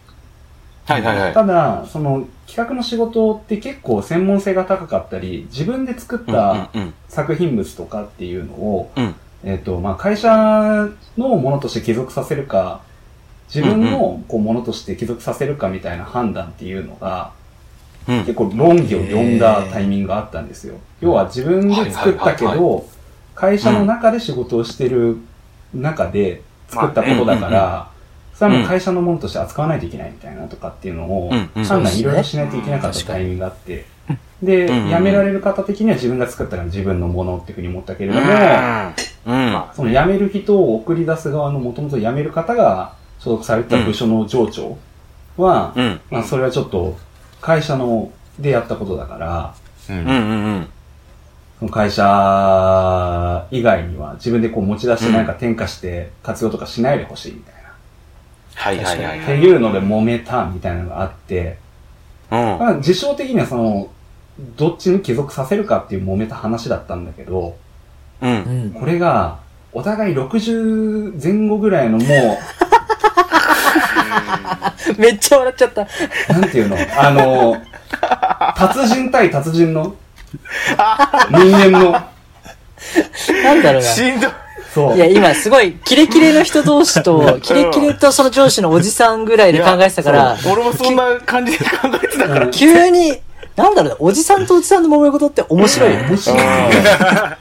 [SPEAKER 3] はいはいはい。
[SPEAKER 4] ただ、その企画の仕事って結構専門性が高かったり、自分で作った、
[SPEAKER 3] うんうん
[SPEAKER 4] 作品物とかっていうのを、
[SPEAKER 3] うん
[SPEAKER 4] えっ、と、まあ、会社のものとして帰属させるか、自分のこうものとして帰属させるかみたいな判断っていうのが、
[SPEAKER 3] うん。うん
[SPEAKER 4] 結構論議を呼んだタイミングがあったんですよ。要は自分で作ったけ
[SPEAKER 3] はいはいはい
[SPEAKER 4] ど、会社の中で仕事をしてる中で作ったことだか
[SPEAKER 3] ま
[SPEAKER 4] ら、それはもう会社のものとして扱わないといけないみたいなとかっていうのを
[SPEAKER 3] うんうん
[SPEAKER 4] 判断いろいろしないといけなかったタイミングがあって、で、辞
[SPEAKER 3] うんうん
[SPEAKER 4] められる方的には自分が作ったのは自分のものっていうふうに思ったけれども、
[SPEAKER 3] うん。
[SPEAKER 4] その辞める人を送り出す側のもともと辞める方が所属されてた部署の上長は、
[SPEAKER 3] うん。
[SPEAKER 4] まあ、それはちょっと会社のでやったことだから、
[SPEAKER 3] うんうんうん。
[SPEAKER 4] その会社以外には自分でこう持ち出してなんか転化して活用とかしないでほしいみたいな。
[SPEAKER 3] はいはいはい
[SPEAKER 4] っていうので揉めたみたいなのがあって、
[SPEAKER 3] はい。
[SPEAKER 4] まあ、事象的にはその、どっちに帰属させるかっていう揉めた話だったんだけど、
[SPEAKER 3] うん。う。
[SPEAKER 2] うんん。
[SPEAKER 4] これが、お互い60前後ぐらいのもう、
[SPEAKER 2] めっちゃ笑っちゃった。
[SPEAKER 4] なんていうの、あの、達人対達人の、人間の、
[SPEAKER 2] なんだろうな。
[SPEAKER 3] しんどい。
[SPEAKER 4] そう。
[SPEAKER 2] いや、今すごい、キレキレの人同士と、キレキレとその上司のおじさんぐらいで考えてたから、
[SPEAKER 3] そう俺もそんな感じで考えてたから。
[SPEAKER 4] うん
[SPEAKER 2] 急に、なんだろうな、おじさんとおじさんの揉め事って面白いよね。
[SPEAKER 4] 面白い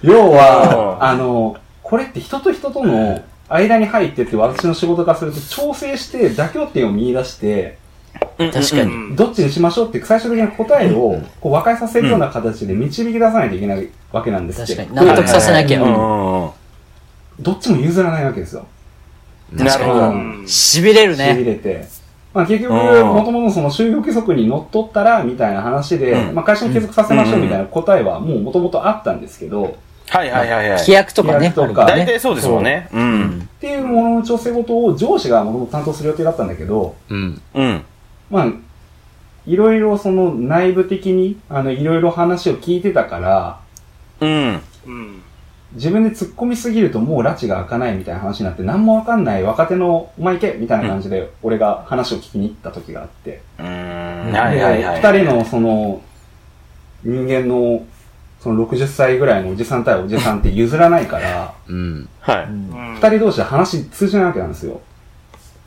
[SPEAKER 4] 要は
[SPEAKER 3] う、ん
[SPEAKER 4] あの、これって人と人との間に入ってって私の仕事からすると調整して妥協点を見出して、
[SPEAKER 3] うん
[SPEAKER 2] 確かに
[SPEAKER 5] うん
[SPEAKER 4] どっちにしましょうっていう最終的な答えをこう和解させるような形で導き出さないといけないわけなんですけ
[SPEAKER 2] 確
[SPEAKER 4] ど
[SPEAKER 2] かに。納得させなきゃ。
[SPEAKER 3] う
[SPEAKER 4] うんん
[SPEAKER 3] うんうん
[SPEAKER 4] どっちも譲らないわけですよ。
[SPEAKER 3] うんなるほ
[SPEAKER 4] う
[SPEAKER 3] ど。
[SPEAKER 4] ん
[SPEAKER 2] 痺れる
[SPEAKER 4] しび
[SPEAKER 2] ね。
[SPEAKER 4] れて。まあ結局、
[SPEAKER 3] うん
[SPEAKER 4] もともとその就業規則に則っったら、みたいな話で、
[SPEAKER 3] うん
[SPEAKER 4] まあ会社に継続させましょうみたいな答えはもうもともとあったんですけど、
[SPEAKER 3] はいはいはいはい
[SPEAKER 2] 規。約とかね。
[SPEAKER 4] 規約とか
[SPEAKER 2] ある
[SPEAKER 3] 大
[SPEAKER 2] んだね
[SPEAKER 3] 体そうですもんね。うん。
[SPEAKER 4] っていうものの調整事を上司がもともと担当する予定だったんだけど、
[SPEAKER 6] うん。
[SPEAKER 3] うん。
[SPEAKER 4] まあ、いろいろその内部的に、あの、いろいろ話を聞いてたから、
[SPEAKER 3] うん。
[SPEAKER 5] うん。
[SPEAKER 4] 自分で突っ込みすぎるともう拉致が開かないみたいな話になって、何もわかんない若手のお前行けみたいな感じで、俺が話を聞きに行った時があって、
[SPEAKER 3] うん。はいはいはい。
[SPEAKER 4] で二人のその、人間の、その60歳ぐらいのおじさん対おじさんって譲らないから、
[SPEAKER 6] うん。
[SPEAKER 3] は
[SPEAKER 2] う
[SPEAKER 3] い。
[SPEAKER 2] ん
[SPEAKER 5] うん。
[SPEAKER 4] 二人同士で話通じないわけなんですよ。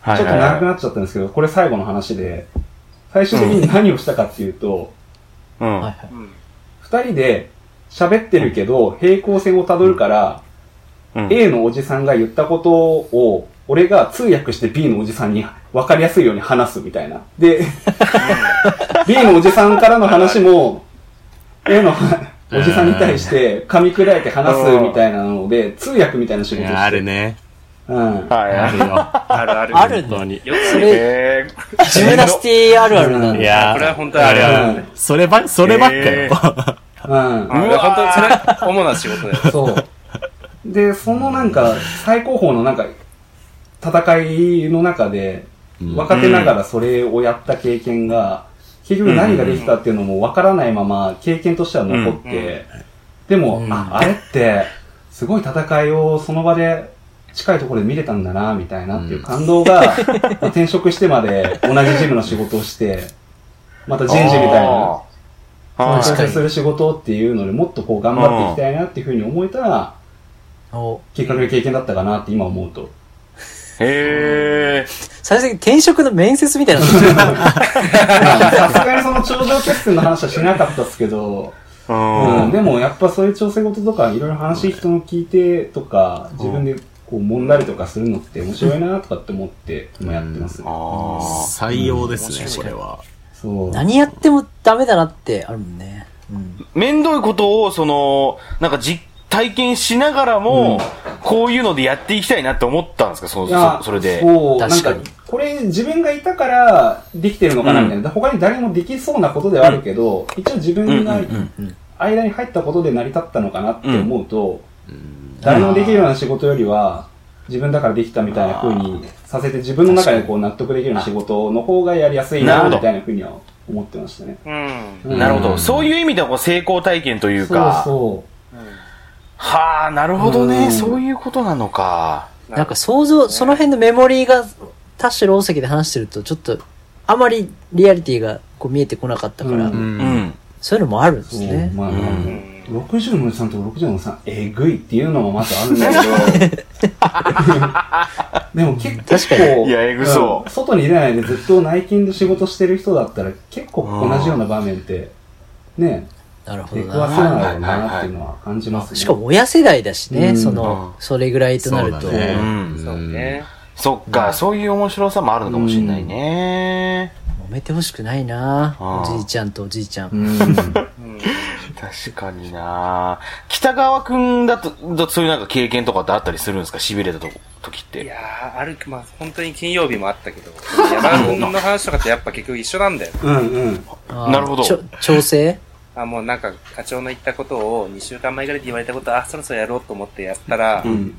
[SPEAKER 3] はい。
[SPEAKER 4] ちょっと長く
[SPEAKER 3] は
[SPEAKER 4] なっちゃったんですけど、これ最後の話で、最終的に何をしたかっていうと、
[SPEAKER 3] いうん。
[SPEAKER 2] はい
[SPEAKER 3] は
[SPEAKER 2] はい
[SPEAKER 5] うん
[SPEAKER 4] 二人で喋ってるけど、平行線をたどるから、
[SPEAKER 3] うん
[SPEAKER 4] A のおじさんが言ったことを、俺が通訳して B のおじさんに分かりやすいように話すみたいな。 で、B のおじさんからの話も、A のおじさんに対して噛み砕いて話すみたいなので、通訳みたいな仕
[SPEAKER 6] い
[SPEAKER 4] 事をして
[SPEAKER 6] やある。ね。
[SPEAKER 4] うん。
[SPEAKER 3] はい。
[SPEAKER 6] あるよ。
[SPEAKER 5] あるある。
[SPEAKER 2] ある
[SPEAKER 6] 本当に。
[SPEAKER 5] よく
[SPEAKER 2] そ
[SPEAKER 5] ね
[SPEAKER 2] れ、
[SPEAKER 3] え
[SPEAKER 2] ジムナスティあるあるなん
[SPEAKER 6] い
[SPEAKER 2] だ。
[SPEAKER 6] やー
[SPEAKER 5] これは本当にある
[SPEAKER 4] あ
[SPEAKER 5] あ
[SPEAKER 4] る
[SPEAKER 5] る。
[SPEAKER 6] それば、そればっかよ。
[SPEAKER 4] うん。
[SPEAKER 5] あれ本当にそれ、 主な仕事だよ。
[SPEAKER 4] そう。で、そのなんか、最高峰のなんか、戦いの中で、
[SPEAKER 6] うん
[SPEAKER 4] 若手ながらそれをやった経験が、結局何ができたっていうのも分からないまま、経験としては残っ
[SPEAKER 5] うんう
[SPEAKER 4] て、でも、
[SPEAKER 2] うん
[SPEAKER 4] あ、あれって、すごい戦いをその場で、近いところで見れたんだな、みたいなっていう感動が、転職してまで同じジムの仕事をして、また人事みたいな。
[SPEAKER 3] あ
[SPEAKER 2] 確
[SPEAKER 4] 確
[SPEAKER 2] か
[SPEAKER 4] か
[SPEAKER 2] に
[SPEAKER 4] する仕事っていうのでもっとこう頑張っていきたいなっていうふうに思えたら、
[SPEAKER 2] お
[SPEAKER 4] きっかけの経験だったかなって今思 うと。
[SPEAKER 3] へえ。
[SPEAKER 2] 最終的に転職の面接みたいなのする
[SPEAKER 4] さすがにその頂上決戦の話はしなかったですけど、
[SPEAKER 3] う
[SPEAKER 4] うん
[SPEAKER 3] ん。
[SPEAKER 4] でもやっぱそういう調整事とかいろいろ話人の聞いてとか、自分でこう揉んだりとかするのって面白いなとかって思って今やってますね。
[SPEAKER 3] あー
[SPEAKER 6] 採用ですね、これは。。
[SPEAKER 4] そう。
[SPEAKER 2] 何やってもダメだなってあるもんね。うん。
[SPEAKER 3] 面倒いことを、その、なんか実体験しながらも、こういうのでやっていきたいなって思ったんですかそ
[SPEAKER 4] いや
[SPEAKER 3] そそれで。
[SPEAKER 4] そう、なん
[SPEAKER 2] 確か
[SPEAKER 4] か
[SPEAKER 2] に、
[SPEAKER 4] これ自分がいたからできてるのかなみたいな。他に誰もできそうなことではあるけど、一応自分が間に入ったことで成り立ったのかなって思うと、誰もできるような仕事よりは、自分だからできたみたいな風にさせて、自分の中でこう納得できるような仕事の方がやりやすい
[SPEAKER 3] なる
[SPEAKER 4] な、
[SPEAKER 3] ほど
[SPEAKER 4] みたいな風には思ってましたね。
[SPEAKER 5] うん。
[SPEAKER 4] うん
[SPEAKER 3] なるほど。そういう意味ではこう成功体験という
[SPEAKER 4] そう
[SPEAKER 3] か。
[SPEAKER 4] そ
[SPEAKER 3] はあ、なるほど
[SPEAKER 4] う
[SPEAKER 3] ね。
[SPEAKER 4] ん
[SPEAKER 3] そういうことなのか。
[SPEAKER 2] なんか想像、その辺のメモリーが、タッシュ老石で話してると、ちょっと、あまりリアリティがこう見えてこなかったから、
[SPEAKER 4] うん
[SPEAKER 3] うんん。
[SPEAKER 2] そういうのもあるんで
[SPEAKER 4] う。
[SPEAKER 2] す
[SPEAKER 4] そう、
[SPEAKER 2] ね。
[SPEAKER 4] まあ、まあ
[SPEAKER 5] うん
[SPEAKER 4] 60のおじさんと60のおじさん、えぐいっていうのもまたあるんだけど。でも結
[SPEAKER 2] 確か
[SPEAKER 4] 構、
[SPEAKER 3] いやえぐそうん
[SPEAKER 4] 外に出ないでずっと内勤で仕事してる人だったら、結構同じような場面って、ね、
[SPEAKER 2] なるほ
[SPEAKER 4] 出
[SPEAKER 2] ど
[SPEAKER 4] くわ
[SPEAKER 2] な。
[SPEAKER 4] せないだろうなっていうのは感じますね。
[SPEAKER 2] しかも親世代だしね、
[SPEAKER 4] うん
[SPEAKER 2] その、それぐらいとな
[SPEAKER 6] そう
[SPEAKER 2] る
[SPEAKER 6] だ
[SPEAKER 2] と。
[SPEAKER 6] ね。
[SPEAKER 3] うん
[SPEAKER 5] そうね。
[SPEAKER 3] そっか、そういう面白さもあるのかもしれないね。
[SPEAKER 2] 揉めてほしくないな
[SPEAKER 3] あ
[SPEAKER 2] お
[SPEAKER 3] ー
[SPEAKER 2] じいちゃんとおじいちゃん。
[SPEAKER 4] うん、
[SPEAKER 5] うん。
[SPEAKER 3] 確かにな北川くんだと、だとそういうなんか経験とかってあったりするんですか痺れたと時っ
[SPEAKER 5] い
[SPEAKER 3] て。
[SPEAKER 5] やー、ある、まあ、本当に金曜日もあったけど、山田君の話とかってやっぱ結局一緒なんだよ。
[SPEAKER 4] うん、うん。
[SPEAKER 2] あー
[SPEAKER 3] なるほど
[SPEAKER 2] ちょ調整
[SPEAKER 5] あ、もうなんか、課長の言ったことを2週間前ぐらいで言われたこと、あ、そろそろやろうと思ってやったら、
[SPEAKER 4] うん。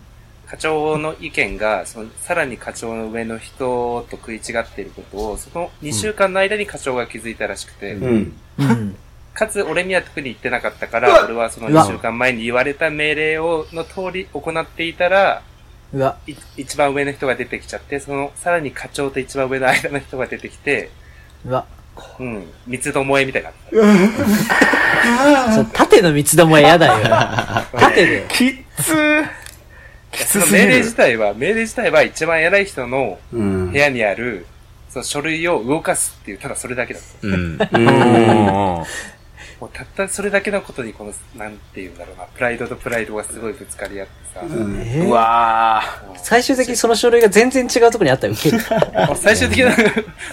[SPEAKER 5] 課長の意見が、その、さらに課長の上の人と食い違っていることを、その2週間の間に課長が気づいたらしくて、
[SPEAKER 4] うん。
[SPEAKER 2] うん。
[SPEAKER 5] かつ俺には特に言ってなかったから、俺はその2週間前に言われた命令を、の通り行っていたら、
[SPEAKER 2] うわ、
[SPEAKER 5] い一番上の人が出てきちゃって、その、さらに課長と一番上の間の人が出てきて、
[SPEAKER 2] うわ。
[SPEAKER 5] うん、三つどもえみたいになって
[SPEAKER 2] そう縦の三つどもえやだ よ。縦で。
[SPEAKER 3] きっつーき
[SPEAKER 5] た。
[SPEAKER 3] つ
[SPEAKER 5] その命
[SPEAKER 3] すぎ
[SPEAKER 5] 令
[SPEAKER 3] る
[SPEAKER 5] 自。体は、命令自体は一番偉い人の
[SPEAKER 4] うん
[SPEAKER 5] 部。屋にある、その書類を動かすっていう、ただそれだけだった。
[SPEAKER 6] うん。
[SPEAKER 3] うん
[SPEAKER 5] もうたったそれだけのことに、この、なんていうんだろうな、プライドとプライドがすごいぶつかり合ってさ、
[SPEAKER 4] うん
[SPEAKER 2] えー
[SPEAKER 3] うわー
[SPEAKER 2] 最終的にその書類が全然違うとこにあった らウケる。
[SPEAKER 5] もう最終的な、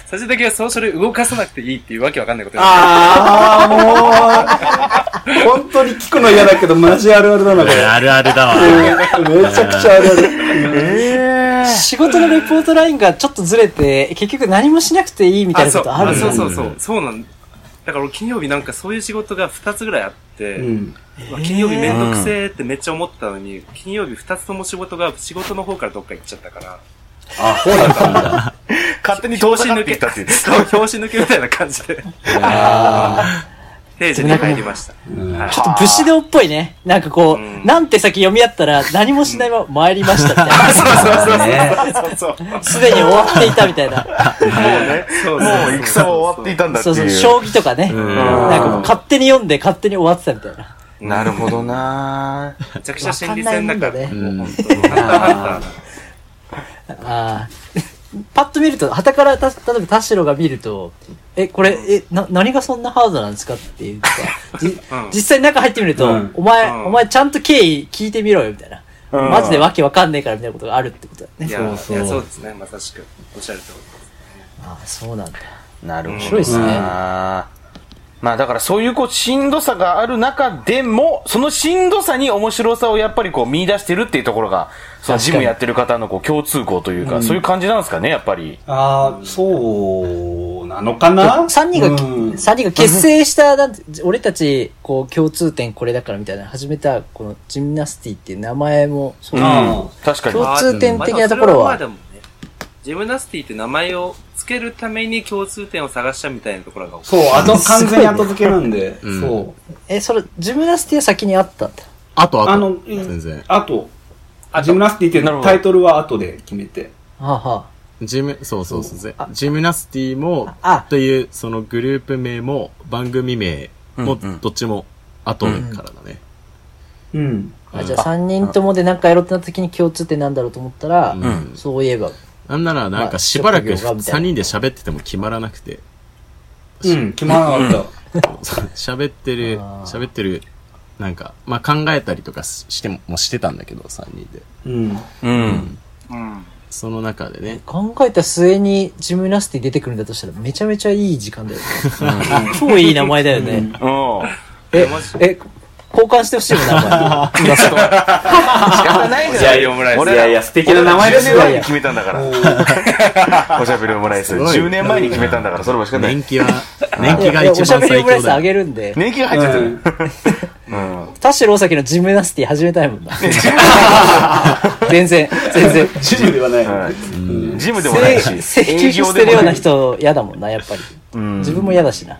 [SPEAKER 5] 最終的にはその書類動かさなくていいっていうわけわかんないことになっ
[SPEAKER 4] ああ、もう、本当に聞くの嫌だけど、マジあるあるだな、これ。
[SPEAKER 6] あるあるだわ。
[SPEAKER 4] めちゃくちゃあるある。
[SPEAKER 2] 仕事のレポートラインがちょっとずれて、結局何もしなくていいみたいなことある
[SPEAKER 5] そう
[SPEAKER 2] よ
[SPEAKER 5] あ
[SPEAKER 2] ね
[SPEAKER 5] そうそうそう。そうなんだから俺金曜日なんかそういう仕事が2つぐらいあって、
[SPEAKER 4] うん。
[SPEAKER 5] うわ金曜日めんどくせーってめっちゃ思ってたのに、金曜日2つとも仕事が仕事の方からどっか行っちゃったから、
[SPEAKER 4] あ、そうだったんだ。
[SPEAKER 3] 勝手に
[SPEAKER 5] 拍
[SPEAKER 3] 投
[SPEAKER 5] 子
[SPEAKER 3] 資
[SPEAKER 5] 抜
[SPEAKER 3] 抜け
[SPEAKER 5] け、
[SPEAKER 3] たって言って
[SPEAKER 5] そう、拍子抜けみたいな感じで、定時に入りました。はい
[SPEAKER 2] ちょっと武士道っぽいね。なんかこう、
[SPEAKER 5] うん
[SPEAKER 2] なんて先読み合ったら何もしないまま参りましたみたい な。
[SPEAKER 5] そうそう。も
[SPEAKER 2] すでに終わっていたみたいな。
[SPEAKER 5] うね、そう
[SPEAKER 3] もう戦は終わっていたんだって
[SPEAKER 2] そう
[SPEAKER 3] い
[SPEAKER 2] そう、
[SPEAKER 3] う。
[SPEAKER 2] 将棋とかね。なんかもう勝手に読んで勝手に終わってたみたいな。
[SPEAKER 3] なるほどなー
[SPEAKER 5] めちゃくちゃ心理戦だか
[SPEAKER 2] わかんな
[SPEAKER 5] ら、
[SPEAKER 2] い
[SPEAKER 5] もう本当に、ハンターハンター。
[SPEAKER 2] ああ。パッと見ると、旗からた、例えば田代が見ると、え、これ、え、な、何がそんなハードなんですかっていうか、じ
[SPEAKER 5] うん
[SPEAKER 2] 実際中入ってみると、
[SPEAKER 4] うん
[SPEAKER 2] お前、
[SPEAKER 5] うん
[SPEAKER 2] お前ちゃんと経緯聞いてみろよ、みたいな。
[SPEAKER 3] うん
[SPEAKER 2] マジでわけわかんねえからみたいなことがあるってことだ ね。
[SPEAKER 5] いや、
[SPEAKER 4] そうそう
[SPEAKER 5] いやそうですね。まさしく。おっしゃる通りです。
[SPEAKER 2] ああ、そうなんだ。
[SPEAKER 3] なるほど。
[SPEAKER 2] 白いっすね
[SPEAKER 3] まあだからそういうこうしんどさがある中でも、そのしんどさに面白さをやっぱりこう見出してるっていうところが、そのジムやってる方のこう共通項というか、そういう感じなんですかね、やっぱり。
[SPEAKER 4] ああ、そうなのかな
[SPEAKER 2] 三人が、
[SPEAKER 4] うん
[SPEAKER 2] 三人が結成した、なんて、俺たち、こう、共通点これだからみたいな、始めた、この、ジムナスティっていう名前も、そう
[SPEAKER 3] うん
[SPEAKER 4] ああ。
[SPEAKER 3] 確かに。
[SPEAKER 2] 共通点的なところは
[SPEAKER 5] まあでもそれはまあでもね、ジムナスティって名前を付けるために共通点を探したみたいなところが多い
[SPEAKER 4] そう、あと、完全に後付けなんで、
[SPEAKER 6] うん
[SPEAKER 4] そう。
[SPEAKER 2] え、それ、ジムナスティは先にあったんだ。
[SPEAKER 6] あと、あと。
[SPEAKER 4] あの、うん
[SPEAKER 6] 全然。
[SPEAKER 4] あと、ジムナスティって
[SPEAKER 3] なるほど
[SPEAKER 4] タイトルは後で決めて。
[SPEAKER 2] はあ、は
[SPEAKER 6] ジム、そうそうそう。ぜジムナスティも
[SPEAKER 2] あ、
[SPEAKER 6] という、そのグループ名も、番組名も、
[SPEAKER 3] うんうん
[SPEAKER 6] どっちも、後からだね。
[SPEAKER 4] うん。
[SPEAKER 2] あ、あじゃあ三人ともでなんかやろうってなった時に共通点なんだろうと思ったら、
[SPEAKER 6] うん
[SPEAKER 2] そういえば、
[SPEAKER 6] なんなら、なんかしばら
[SPEAKER 2] ま
[SPEAKER 6] く
[SPEAKER 2] あ職業がみたいな
[SPEAKER 6] 3人で喋ってても決まらなくて、
[SPEAKER 4] うん、決まらなかっ
[SPEAKER 6] 喋ってる、
[SPEAKER 2] あー
[SPEAKER 6] 喋ってる、なんか、まあ考えたりとかししても、もうしてたんだけど、3人で。
[SPEAKER 4] た。うん。
[SPEAKER 3] うん。
[SPEAKER 5] うん。
[SPEAKER 6] その中でね、
[SPEAKER 2] 考えた末にジムナスティ出てくるんだとしたら、めちゃめちゃいい時間だよね。超いい名前だよね。
[SPEAKER 3] うん。
[SPEAKER 2] え、え、交換してほしいもん、名前。
[SPEAKER 3] 仕方ないじゃん。
[SPEAKER 5] いやオムライス
[SPEAKER 3] 俺
[SPEAKER 5] い
[SPEAKER 3] ら
[SPEAKER 5] や
[SPEAKER 4] いや素敵な名前ですよ
[SPEAKER 3] 10年前に決めたんだから。おしゃべりオムライス。
[SPEAKER 6] すごい
[SPEAKER 3] 10年前に決めたんだから、それも仕方ない
[SPEAKER 6] 年。季は、 年季が
[SPEAKER 2] いやいや
[SPEAKER 6] 一
[SPEAKER 2] おしゃ
[SPEAKER 6] 番
[SPEAKER 2] べりオ
[SPEAKER 6] 最
[SPEAKER 2] ムライ
[SPEAKER 6] 強
[SPEAKER 2] スあ
[SPEAKER 6] だよ。
[SPEAKER 2] げるんで。
[SPEAKER 3] 年季が入っちゃってる。うん。
[SPEAKER 2] 田代大崎のジムナスティ始めたいもんな。全然、全然。
[SPEAKER 4] ジムではな。
[SPEAKER 3] はいいジムでもない
[SPEAKER 2] 請
[SPEAKER 3] し、
[SPEAKER 2] 請求してるような人嫌だもんな、やっぱり。
[SPEAKER 3] うん
[SPEAKER 2] 自分も嫌だしな。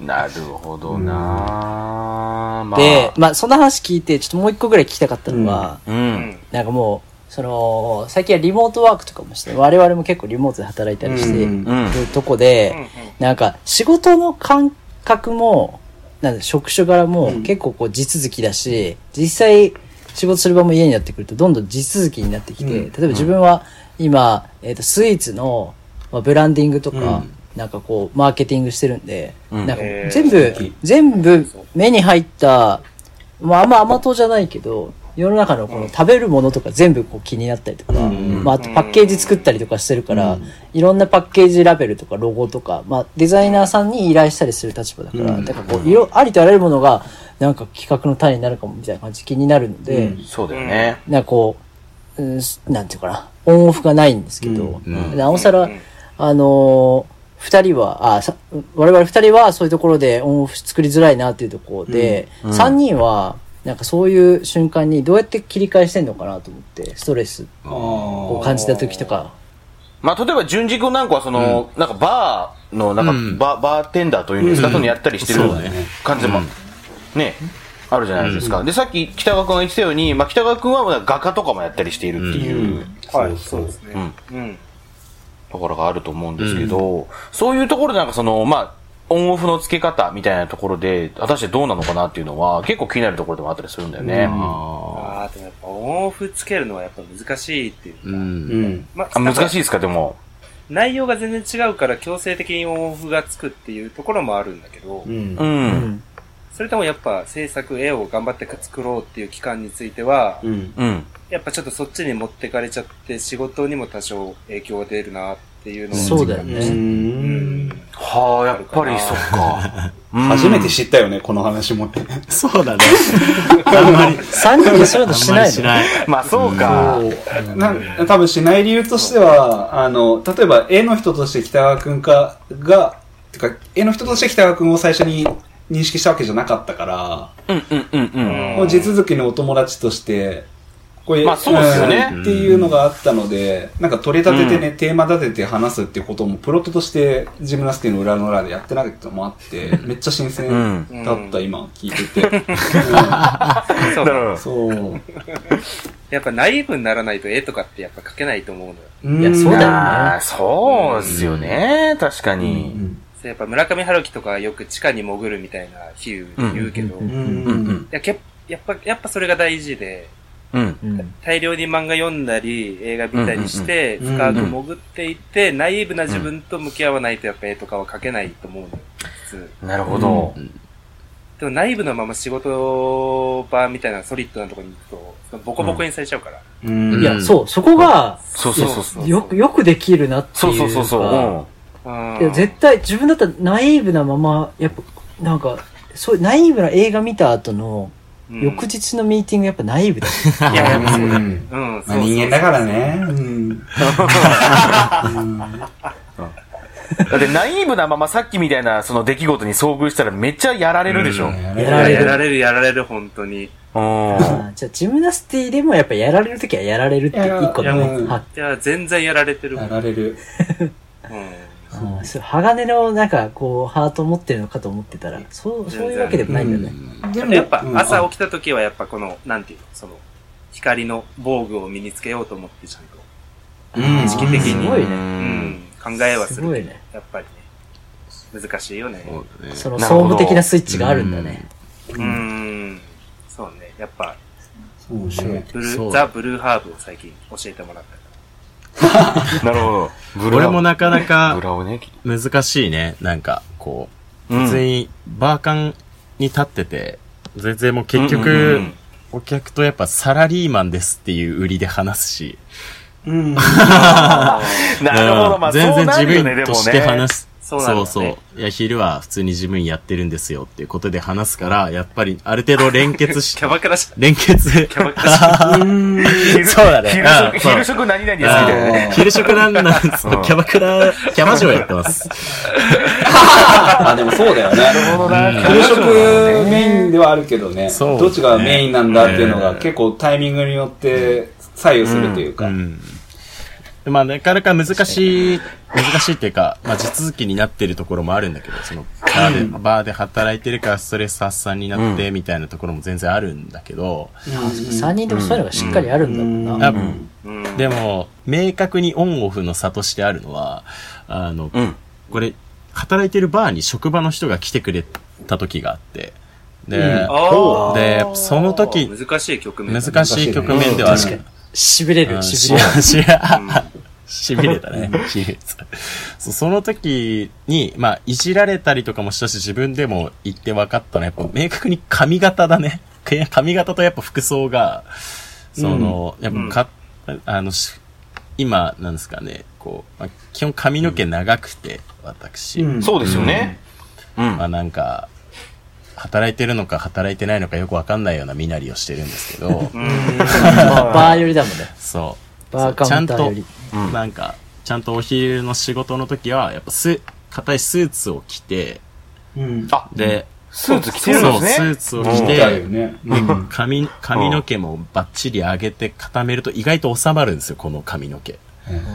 [SPEAKER 3] なるほどなぁ、まあ、
[SPEAKER 2] で、まあ、その話聞いて、ちょっともう一個ぐらい聞きたかったのは、
[SPEAKER 3] うん。
[SPEAKER 2] なんかもう、その、最近はリモートワークとかもして、我々も結構リモートで働いたりして
[SPEAKER 4] うん
[SPEAKER 3] うん
[SPEAKER 2] るとこで、なんか仕事の感覚も、なんだ職種柄も結構こう地続きだし、実際仕事する場も家になってくるとどんどん地続きになってきて、
[SPEAKER 4] うん
[SPEAKER 2] 例えば自分は今、えっとスイーツの、まあ、ブランディングとか、
[SPEAKER 4] うん
[SPEAKER 2] なんかこうマーケティングしてるんで、
[SPEAKER 3] ん
[SPEAKER 2] なんか
[SPEAKER 5] へー
[SPEAKER 2] 全部、全部目に入った、まああんま甘党じゃないけど、世の中のこの食べるものとか全部こう気になったりとか、
[SPEAKER 4] うん
[SPEAKER 2] まあ、あとパッケージ作ったりとかしてるから、いろんなパッケージラベルとかロゴとか、まあ、デザイナーさんに依頼したりする立場だから、
[SPEAKER 4] うん
[SPEAKER 2] だからこう、いろ、ありとあらゆるものが、なんか企画の種になるかもみたいな感じで気になるので、
[SPEAKER 4] うん
[SPEAKER 3] そうだよね。
[SPEAKER 2] なんかこう、うん、なんていうかな、オンオフがないんですけど、
[SPEAKER 6] うんうん
[SPEAKER 2] なおさら、
[SPEAKER 5] うん
[SPEAKER 2] あのー二人は、あ、さ我々二人はそういうところでオンオフ作りづらいなっていうところで、
[SPEAKER 3] ん
[SPEAKER 2] 三、人は、なんかそういう瞬間にどうやって切り替えしてんのかなと思って、ストレス
[SPEAKER 4] あ
[SPEAKER 2] を
[SPEAKER 4] ー
[SPEAKER 2] 感じた時とか、
[SPEAKER 3] まあ、例えば、純次君なんかは、その、なんか、バーの、なんか、
[SPEAKER 6] うん
[SPEAKER 3] バーバーテンダーというんですか、そういうのやったりしてる
[SPEAKER 6] そうだね
[SPEAKER 3] 感じも、ね、あるじゃないですか。で、さっき北川君が言ってたように、まあ、北川君はまだ画家とかもやったりしているっていう
[SPEAKER 5] はい、そうですね。うん。
[SPEAKER 3] ところがあると思うんですけど、そういうところで、なんか、その、まあ、オンオフの付け方みたいなところで、果たしてどうなのかなっていうのは、結構気になるところでもあったりするんだよね。
[SPEAKER 5] あ
[SPEAKER 6] あ
[SPEAKER 5] あ、でもやっぱオンオフつけるのはやっぱ難しいっていう。
[SPEAKER 6] ーうん。
[SPEAKER 4] うん。
[SPEAKER 5] ま
[SPEAKER 3] あ難しい
[SPEAKER 5] い。
[SPEAKER 3] ですか、でも。
[SPEAKER 5] 内容が全然違うから強制的にオンオフがつくっていうところもあるんだけど
[SPEAKER 4] う、ん
[SPEAKER 3] う。。
[SPEAKER 2] うんん。
[SPEAKER 5] それともやっぱ制作、絵を頑張って作ろうっていう期間については、
[SPEAKER 4] うん。
[SPEAKER 3] うん。
[SPEAKER 5] やっぱちょっとそっちに持ってかれちゃって仕事にも多少影響が出るなっていうのを。
[SPEAKER 2] そうだよ
[SPEAKER 4] う
[SPEAKER 2] ね
[SPEAKER 4] ん。
[SPEAKER 3] はあ、やっぱりそっか。
[SPEAKER 4] 初めて知ったよね、この話も。
[SPEAKER 6] そ うだね。あんまり、
[SPEAKER 2] 三人でそういう
[SPEAKER 6] あ
[SPEAKER 2] の
[SPEAKER 6] ん
[SPEAKER 2] し
[SPEAKER 6] ま
[SPEAKER 2] な
[SPEAKER 6] り
[SPEAKER 2] い
[SPEAKER 6] し
[SPEAKER 2] の
[SPEAKER 6] ない。
[SPEAKER 3] まあそうか。
[SPEAKER 4] なん多分しない理由としては、あの、例えば絵の人として北川くんかが、てか、絵の人として北川くんを最初に認識したわけじゃなかったから、
[SPEAKER 3] うんうんうんう。
[SPEAKER 5] うんん
[SPEAKER 4] もう地続きのお友達として、これ
[SPEAKER 3] まあそうですよね
[SPEAKER 4] んっていうのがあったので、なんか取り立ててね、テーマ立てて話すっていうことも、プロットとしてジムナスティの裏の裏でやってなかったのもあって、めっちゃ新鮮だった、
[SPEAKER 5] うん
[SPEAKER 4] 今、聞いてて。
[SPEAKER 5] そう
[SPEAKER 3] なる
[SPEAKER 4] うん
[SPEAKER 3] ほ
[SPEAKER 4] そう。
[SPEAKER 5] やっぱナイーブにならないと絵とかってやっぱ描けないと思うのよ。
[SPEAKER 2] い
[SPEAKER 4] い
[SPEAKER 2] やそう
[SPEAKER 3] ど。
[SPEAKER 2] だよね
[SPEAKER 3] ああ、そうですよね。確かに。
[SPEAKER 5] そうやっぱ村上春樹とかよく地下に潜るみたいな比喩言うけど、
[SPEAKER 2] うん
[SPEAKER 5] い
[SPEAKER 4] うん
[SPEAKER 3] う
[SPEAKER 4] う
[SPEAKER 3] う
[SPEAKER 4] ん
[SPEAKER 3] んん。
[SPEAKER 5] やけやっぱ、やっぱそれが大事で、
[SPEAKER 3] うん。
[SPEAKER 2] うん。
[SPEAKER 5] 大量に漫画読んだり、映画見たりして、
[SPEAKER 4] うんうんう
[SPEAKER 5] 深
[SPEAKER 4] ん
[SPEAKER 5] く潜っていって、ナイーブな自分と向き合わないとやっぱ絵とかは描けないと思うのよ、普通。
[SPEAKER 3] なるほど。
[SPEAKER 5] でも内部のまま仕事場みたいなソリッドなところに行くと、そのボコボコにされちゃうから。
[SPEAKER 4] うん
[SPEAKER 2] いや、そう、そこが、
[SPEAKER 3] そうそうそうそう。
[SPEAKER 2] よく、よくできるなって
[SPEAKER 3] そ
[SPEAKER 2] いう
[SPEAKER 3] う
[SPEAKER 2] か。
[SPEAKER 3] そうそうそう。うん
[SPEAKER 5] うん
[SPEAKER 2] いや絶対自分だったらナイーブなままやっぱなんかそういうナイーブな映画見た後の
[SPEAKER 5] うん
[SPEAKER 2] 翌日のミーティングやっぱナイーブだ、
[SPEAKER 5] いや、やっぱそうだ。
[SPEAKER 4] う
[SPEAKER 5] うんん、そう
[SPEAKER 4] ま
[SPEAKER 5] そ
[SPEAKER 4] あ
[SPEAKER 5] う
[SPEAKER 4] 人間だからね。うん。
[SPEAKER 3] だってナイーブなままさっきみたいなその出来事に遭遇したらめっちゃやられるでしょ。うん。
[SPEAKER 2] や
[SPEAKER 5] いや
[SPEAKER 2] られ
[SPEAKER 5] や
[SPEAKER 2] る
[SPEAKER 5] られる、やられる、本当に。
[SPEAKER 2] ああじゃあジムナスティでもやっぱやられる時はやられるって一個の
[SPEAKER 4] や
[SPEAKER 2] ね
[SPEAKER 4] られる
[SPEAKER 2] はい
[SPEAKER 5] や、全然やられてる。う
[SPEAKER 4] や
[SPEAKER 5] ん。
[SPEAKER 4] られる。
[SPEAKER 2] あーそう鋼のなんかこうハートを持ってるのかと思ってたらそうそういうわけでもないんだね、
[SPEAKER 4] で
[SPEAKER 5] やっぱ
[SPEAKER 4] うん
[SPEAKER 5] 朝起きた時はやっぱこの、なんていうの、その、光の防具を身につけようと思ってちゃんと。
[SPEAKER 4] うん
[SPEAKER 5] 意識的に
[SPEAKER 2] すごいね
[SPEAKER 5] うん。考えはす
[SPEAKER 2] す
[SPEAKER 5] る
[SPEAKER 2] ご
[SPEAKER 5] け
[SPEAKER 2] い
[SPEAKER 5] ど。
[SPEAKER 2] ね
[SPEAKER 5] やっぱりね。難しいよね。
[SPEAKER 2] その
[SPEAKER 3] な
[SPEAKER 2] 総
[SPEAKER 3] るほど
[SPEAKER 2] 務的なスイッチがあるんだね
[SPEAKER 5] うーん。そうね。やっぱ、
[SPEAKER 4] そうね。
[SPEAKER 5] ブル
[SPEAKER 6] そ
[SPEAKER 5] ー、
[SPEAKER 6] う
[SPEAKER 5] ザ・ブルーハーブを最近教えてもらったか
[SPEAKER 3] なるほど。ブ
[SPEAKER 6] 俺もなかな
[SPEAKER 3] ブ
[SPEAKER 6] か
[SPEAKER 3] ラをね。
[SPEAKER 6] 難しいね。なんか、こう、
[SPEAKER 3] うん
[SPEAKER 6] 普通にバーカンに立ってて、全然もう結局、
[SPEAKER 3] うんうんうん
[SPEAKER 6] お客とやっぱサラリーマンですっていう売りで話すし、
[SPEAKER 4] うん。
[SPEAKER 3] なるほど。まあ、
[SPEAKER 6] うん全
[SPEAKER 3] そう
[SPEAKER 6] 然自
[SPEAKER 3] なる
[SPEAKER 6] 分
[SPEAKER 3] よね
[SPEAKER 6] 員として話す。
[SPEAKER 5] そうなんだね
[SPEAKER 6] そうそういや、昼は普通に自分やってるんですよっていうことで話すから、やっぱりある程度連結
[SPEAKER 5] ら。
[SPEAKER 6] し
[SPEAKER 5] キ、ャバクラ じゃ、
[SPEAKER 6] 連結。
[SPEAKER 5] キャバクラじゃ、
[SPEAKER 3] 昼
[SPEAKER 6] そうだね
[SPEAKER 3] 昼
[SPEAKER 6] う
[SPEAKER 3] 食、
[SPEAKER 6] んそう
[SPEAKER 3] 昼食何々ですみ
[SPEAKER 6] あ
[SPEAKER 3] たいなね。
[SPEAKER 6] ー昼食なんなんです
[SPEAKER 3] うん
[SPEAKER 6] キャバクラ、キャバ嬢やってます。
[SPEAKER 4] あ、でもそうだよね。
[SPEAKER 3] なるほどな。
[SPEAKER 4] 昼食メインではあるけどね、
[SPEAKER 6] そう
[SPEAKER 4] どっちがメインなんだっていうのが
[SPEAKER 6] ね
[SPEAKER 4] 結構タイミングによって左右するというか。
[SPEAKER 6] うん。まあ、なかなか難しい、難しいっていうか、まあ、地続きになってるところもあるんだけど、その、バーで、バーで働いてるからストレス発散になって、みたいなところも全然あるんだけど、
[SPEAKER 2] 3人でもそういうのがしっかりあるんだもんな、
[SPEAKER 4] う
[SPEAKER 6] 多分
[SPEAKER 4] ん、
[SPEAKER 5] うん。
[SPEAKER 6] でも、明確にオンオフの差としてあるのは、あの、
[SPEAKER 3] うん。
[SPEAKER 6] これ、働いてるバーに職場の人が来てくれた時があって、で、
[SPEAKER 5] あー
[SPEAKER 6] で、その時、
[SPEAKER 5] 難しい局面だね。
[SPEAKER 6] 難しい局面ではある。
[SPEAKER 4] 確かに
[SPEAKER 2] し びれ
[SPEAKER 6] う
[SPEAKER 2] る
[SPEAKER 6] ん
[SPEAKER 2] しびれる
[SPEAKER 6] しびれ
[SPEAKER 5] うん
[SPEAKER 6] しびれたね。そうその時に、まあ、いじられたりとかもしたし、自分でも言って分かったのは、やっぱ明確に髪型だね。 髪型とやっぱ服装が、その、やっぱか、あの、し今、なんですかね、こう、まあ基本髪の毛長くて、私。
[SPEAKER 4] うん
[SPEAKER 3] そうですよね。うん
[SPEAKER 6] ま。あなんか、働いてるのか働いてないのかよくわかんないような身なりをしてるんですけど、
[SPEAKER 2] まあバー寄りだもんね
[SPEAKER 6] そう。
[SPEAKER 2] バーカウンターより
[SPEAKER 6] ちゃんと、なんか、ちゃんとお昼の仕事の時は、やっぱス、硬いスーツを着て、
[SPEAKER 4] うん。
[SPEAKER 3] あ、
[SPEAKER 6] で、
[SPEAKER 3] スーツ着てるん
[SPEAKER 6] そ
[SPEAKER 3] で
[SPEAKER 6] う、ス
[SPEAKER 3] す
[SPEAKER 6] ー
[SPEAKER 3] ね。
[SPEAKER 6] ツを着
[SPEAKER 4] 見たよ
[SPEAKER 6] て、
[SPEAKER 4] ね。うん
[SPEAKER 6] 髪、髪の毛もバッチリ上げて固めると意外と収まるんですよ、この髪の毛。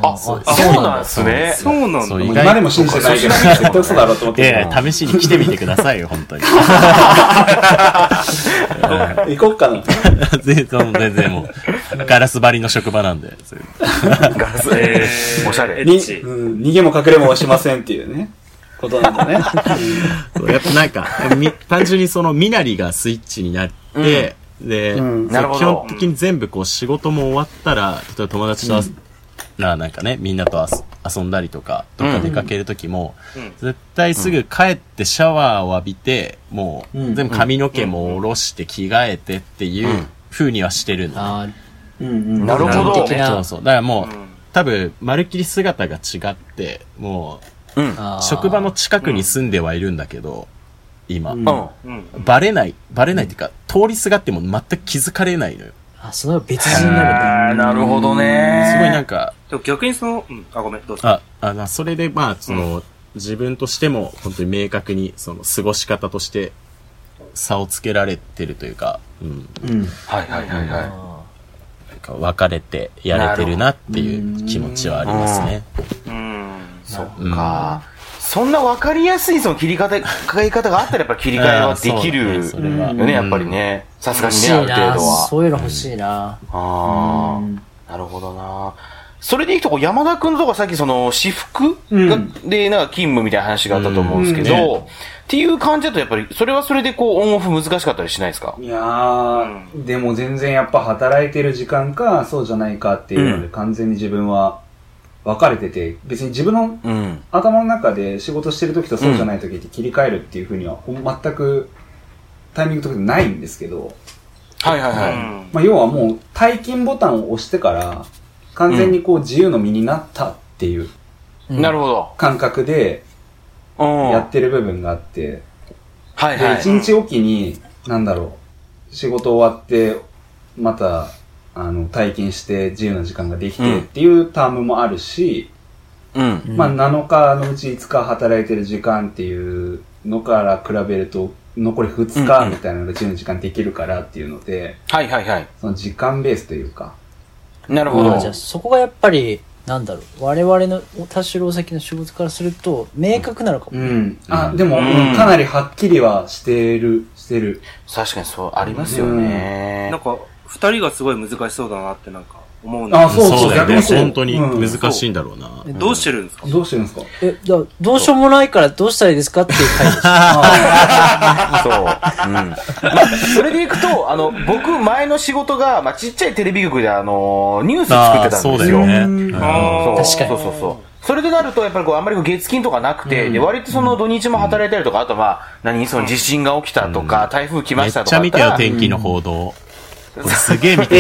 [SPEAKER 3] あ、そうなんですね。
[SPEAKER 5] そうなんだ
[SPEAKER 6] そう。意
[SPEAKER 4] 今で
[SPEAKER 6] 外
[SPEAKER 4] も信じてないけど、絶対嘘だろうと思っ
[SPEAKER 6] いや
[SPEAKER 4] て
[SPEAKER 6] いや試しに着てみてくださいよ、本当に。
[SPEAKER 4] た。 行こっかな。
[SPEAKER 6] 全然、全然もう、ガラス張りの職場なんで。そういう
[SPEAKER 3] ガラス
[SPEAKER 5] えー
[SPEAKER 3] おしゃれ。
[SPEAKER 4] に、
[SPEAKER 5] エ
[SPEAKER 4] う
[SPEAKER 5] ッチ
[SPEAKER 4] ん逃げも隠れもしませんっていうね、 ことなんだね。
[SPEAKER 6] そうやっぱなんか、み単純にその身なりがスイッチになって、で、
[SPEAKER 4] うん
[SPEAKER 3] なるほど
[SPEAKER 6] 基本的に全部こう仕事も終わったら、例えば友達とあす、なあなんかね、みんなとあす遊んだりとか、どっか出かける時も、
[SPEAKER 5] うん
[SPEAKER 6] 絶対すぐ帰ってシャワーを浴びて、もう、
[SPEAKER 4] うん
[SPEAKER 6] 全部髪の毛も下ろして着替えてっていう
[SPEAKER 3] うん
[SPEAKER 6] 風にはしてるんだ、ね
[SPEAKER 2] あ
[SPEAKER 4] うんうん。
[SPEAKER 3] なるほど。
[SPEAKER 2] な
[SPEAKER 6] そうそう。だからもう、
[SPEAKER 5] うん
[SPEAKER 6] 多分、まるっきり姿が違って、も
[SPEAKER 3] うん
[SPEAKER 2] ー。あ
[SPEAKER 6] う、
[SPEAKER 2] ー
[SPEAKER 6] 職場の近くに住んではいるんだけど、今。
[SPEAKER 4] う
[SPEAKER 3] うんん。
[SPEAKER 5] うん。
[SPEAKER 6] バレない、バレないっていうか、通りすがっても全く気づかれないのよ。
[SPEAKER 2] あその別人になるんだ
[SPEAKER 3] なるほどね。
[SPEAKER 6] すごいなんか、
[SPEAKER 5] でも逆にその、うん。あ、ごめん、どうぞ。
[SPEAKER 6] あ、あの、それでまあ、その、自分としても、本当に明確に、その、過ごし方として、差をつけられてるというか、うん、
[SPEAKER 4] うん。
[SPEAKER 3] はいはいはいは
[SPEAKER 6] なんか分かれてやれてるなっていう気持ちはありますね。
[SPEAKER 5] うん。
[SPEAKER 3] い。そっか。そんな分かりやすいその切り方、考え方があったらやっぱ切り替えはでき
[SPEAKER 6] う
[SPEAKER 3] る
[SPEAKER 6] んそうだねそれは
[SPEAKER 3] よね、やっぱりね。さすが
[SPEAKER 2] 欲
[SPEAKER 3] に
[SPEAKER 2] し
[SPEAKER 3] ね、
[SPEAKER 2] い
[SPEAKER 3] ある程
[SPEAKER 2] な
[SPEAKER 3] 度は。
[SPEAKER 2] そういうの欲しいな、
[SPEAKER 3] ああ、なるほどな。それでいくとこう、山田君とかさっきその、私服がで、なんか勤務みたいな話があったと思うんですけ
[SPEAKER 6] うん
[SPEAKER 3] ど、っていう感じだとやっぱり、それはそれでこう、オンオフ難しかったりしないですか
[SPEAKER 4] いやー、でも全然やっぱ働いてる時間か、そうじゃないかっていうの
[SPEAKER 3] う
[SPEAKER 4] で、完全に自分は分かれてて、別に自分の
[SPEAKER 3] うん。
[SPEAKER 4] 頭の中で仕事してる時とそうじゃない時って切り替えるっていうふうには、ほん全くタイミングとかないんですけど、
[SPEAKER 3] はいはいは
[SPEAKER 5] う
[SPEAKER 3] い。
[SPEAKER 5] ん。
[SPEAKER 4] まあ、要はもう退勤ボタンを押してから完全にこう自由の身になったっていう
[SPEAKER 3] なるほど。
[SPEAKER 4] 感覚で
[SPEAKER 3] うん。
[SPEAKER 4] やってる部分があって、
[SPEAKER 3] はい
[SPEAKER 4] で
[SPEAKER 3] はい。
[SPEAKER 4] 1日おきになんだろう仕事終わってまたあの退勤して自由な時間ができてっていうタームもあるし、
[SPEAKER 3] うん。
[SPEAKER 4] まあ、7日のうち5日働いてる時間っていうのから比べると残り2日みたいなのが自由な時間できるからっていうので
[SPEAKER 3] はいはいはい。
[SPEAKER 4] その時間ベースというか
[SPEAKER 3] なるほど
[SPEAKER 2] あ。じゃあそこがやっぱり、なんだろう、我々の田代先の仕事からすると、明確なのかも。
[SPEAKER 4] うん。あ、でも、
[SPEAKER 3] うん
[SPEAKER 4] うんかなりはっきりはしてる、してる。
[SPEAKER 3] 確かにそう、ありますよね
[SPEAKER 5] なん。か、二人がすごい難しそうだなってなんか思うんで
[SPEAKER 4] あ、
[SPEAKER 5] す
[SPEAKER 4] そうそう、
[SPEAKER 6] そうだよね。
[SPEAKER 4] 逆そう
[SPEAKER 6] 本当に
[SPEAKER 4] うん
[SPEAKER 6] 難しいんだろうな。
[SPEAKER 5] けどどうしてるんですか
[SPEAKER 4] どうしてるんですか
[SPEAKER 2] え、だからどうしようもないからどうしたらいいですかっていう回です。
[SPEAKER 3] そう。うん。まあ、それでいくと、あの、僕、前の仕事が、まあ、ちっちゃいテレビ局で、あの、ニュース作ってたんですよ。
[SPEAKER 6] そうだよね。
[SPEAKER 4] うん
[SPEAKER 5] あー
[SPEAKER 3] そう
[SPEAKER 2] 確かに
[SPEAKER 3] そうそうそう。それでなると、やっぱりこう、あんまりこう月金とかなくて、で、割とその土日も働いたりとか、あとまあ、何、その地震が起きたとか、台風来
[SPEAKER 6] め
[SPEAKER 3] ま
[SPEAKER 6] っ
[SPEAKER 3] し
[SPEAKER 6] ち
[SPEAKER 3] たと
[SPEAKER 6] ゃ
[SPEAKER 3] かだ
[SPEAKER 6] 見
[SPEAKER 3] った
[SPEAKER 6] て
[SPEAKER 3] ら。
[SPEAKER 6] よ、天気の報道。俺すげえ見て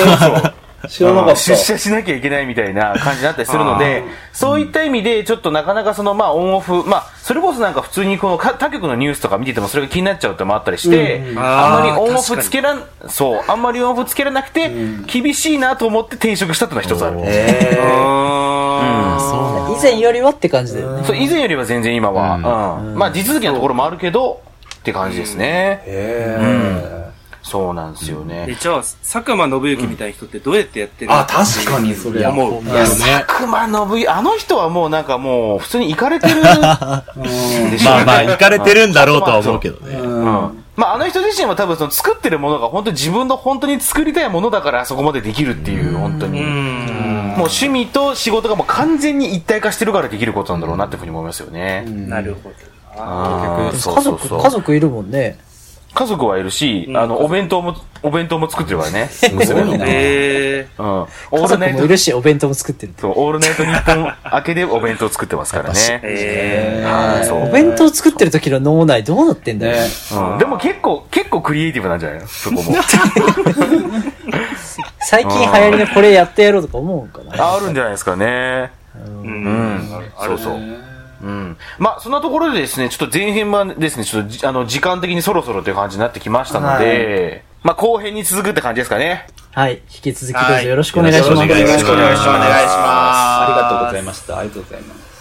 [SPEAKER 2] えー、
[SPEAKER 4] 知らなかっ
[SPEAKER 3] 出
[SPEAKER 4] た。
[SPEAKER 3] 社しなきゃいけないみたいな感じになったりするので、そういった意味で、ちょっとなかなかその、まあ、オンオフ、まあ、それこそなんか普通にこのか他局のニュースとか見ててもそれが気になっちゃうってのもあったりして、
[SPEAKER 4] うん
[SPEAKER 3] あんまり
[SPEAKER 5] あー
[SPEAKER 3] オンオフつけらん、そう、あんまりオンオフつけらなくて、厳しいなと思って転職したってのは一つある。
[SPEAKER 6] おー
[SPEAKER 4] え
[SPEAKER 5] う
[SPEAKER 4] ー
[SPEAKER 5] ーん
[SPEAKER 6] そ
[SPEAKER 2] 以前よりはって感じだよね。
[SPEAKER 3] そう、以前よりは全然今は、
[SPEAKER 6] う
[SPEAKER 3] うん。まあ、地続きのところもあるけど、って感じですね。
[SPEAKER 4] え
[SPEAKER 3] そうなんですよね
[SPEAKER 5] え。じゃあ、佐久間信之みたいな人ってどうやってやってる
[SPEAKER 4] ー。あ、確かに、それ。
[SPEAKER 5] 思う。
[SPEAKER 6] うだよね。
[SPEAKER 3] 熊信、あの人はもうなんかもう、普通に行かれてるでしょうね
[SPEAKER 6] まあまあ、行かれてるんだろうとは思うけどね。
[SPEAKER 4] う。
[SPEAKER 3] うんんまあ、あの人自身は多分その作ってるものが本当に自分の本当に作りたいものだからあそこまでできるっていう、本当
[SPEAKER 5] う。
[SPEAKER 3] に。もうん趣味と仕事がもう完全に一体化してるからできることなんだろうなっていうふうに思いますよね。
[SPEAKER 5] なるほど。
[SPEAKER 3] あー
[SPEAKER 2] 家
[SPEAKER 3] そうそうそう
[SPEAKER 2] 族、家族いるもんね。
[SPEAKER 3] 家族はいるし、
[SPEAKER 5] うん
[SPEAKER 3] あの、お弁当も、お弁当も作ってるからね。
[SPEAKER 4] すごいな。
[SPEAKER 5] え
[SPEAKER 3] うん。オー
[SPEAKER 2] 家
[SPEAKER 3] ル
[SPEAKER 2] 族
[SPEAKER 3] ナイ
[SPEAKER 2] も
[SPEAKER 3] ト
[SPEAKER 2] い、るし、お弁当も作ってるって。
[SPEAKER 3] そう、オールナイト日本明けでお弁当作ってますから
[SPEAKER 5] ー、
[SPEAKER 3] ね。
[SPEAKER 5] え
[SPEAKER 3] はい、そう。
[SPEAKER 2] お弁当作ってる時の脳内どうなってんだよ。
[SPEAKER 4] ね
[SPEAKER 3] うんでも結構、結構クリエイティブなんじゃないのそ こも。
[SPEAKER 2] 最近流行りのこれやってやろうとか思うんかな。
[SPEAKER 3] ああるんじゃないですかね。
[SPEAKER 5] ー、う。
[SPEAKER 3] うんん。そうそう。うん。まあ、そんなところでですね、ちょっと前編はですね、ちょっとじ、あの、時間的にそろそろという感じになってきましたので、まあ、後編に続くって感じですかね。
[SPEAKER 2] はい。引き続きどうぞよろしくお願いします。
[SPEAKER 4] はいよろしくお願いします
[SPEAKER 5] お願いします
[SPEAKER 4] ありがとうございました。ありがとうございます。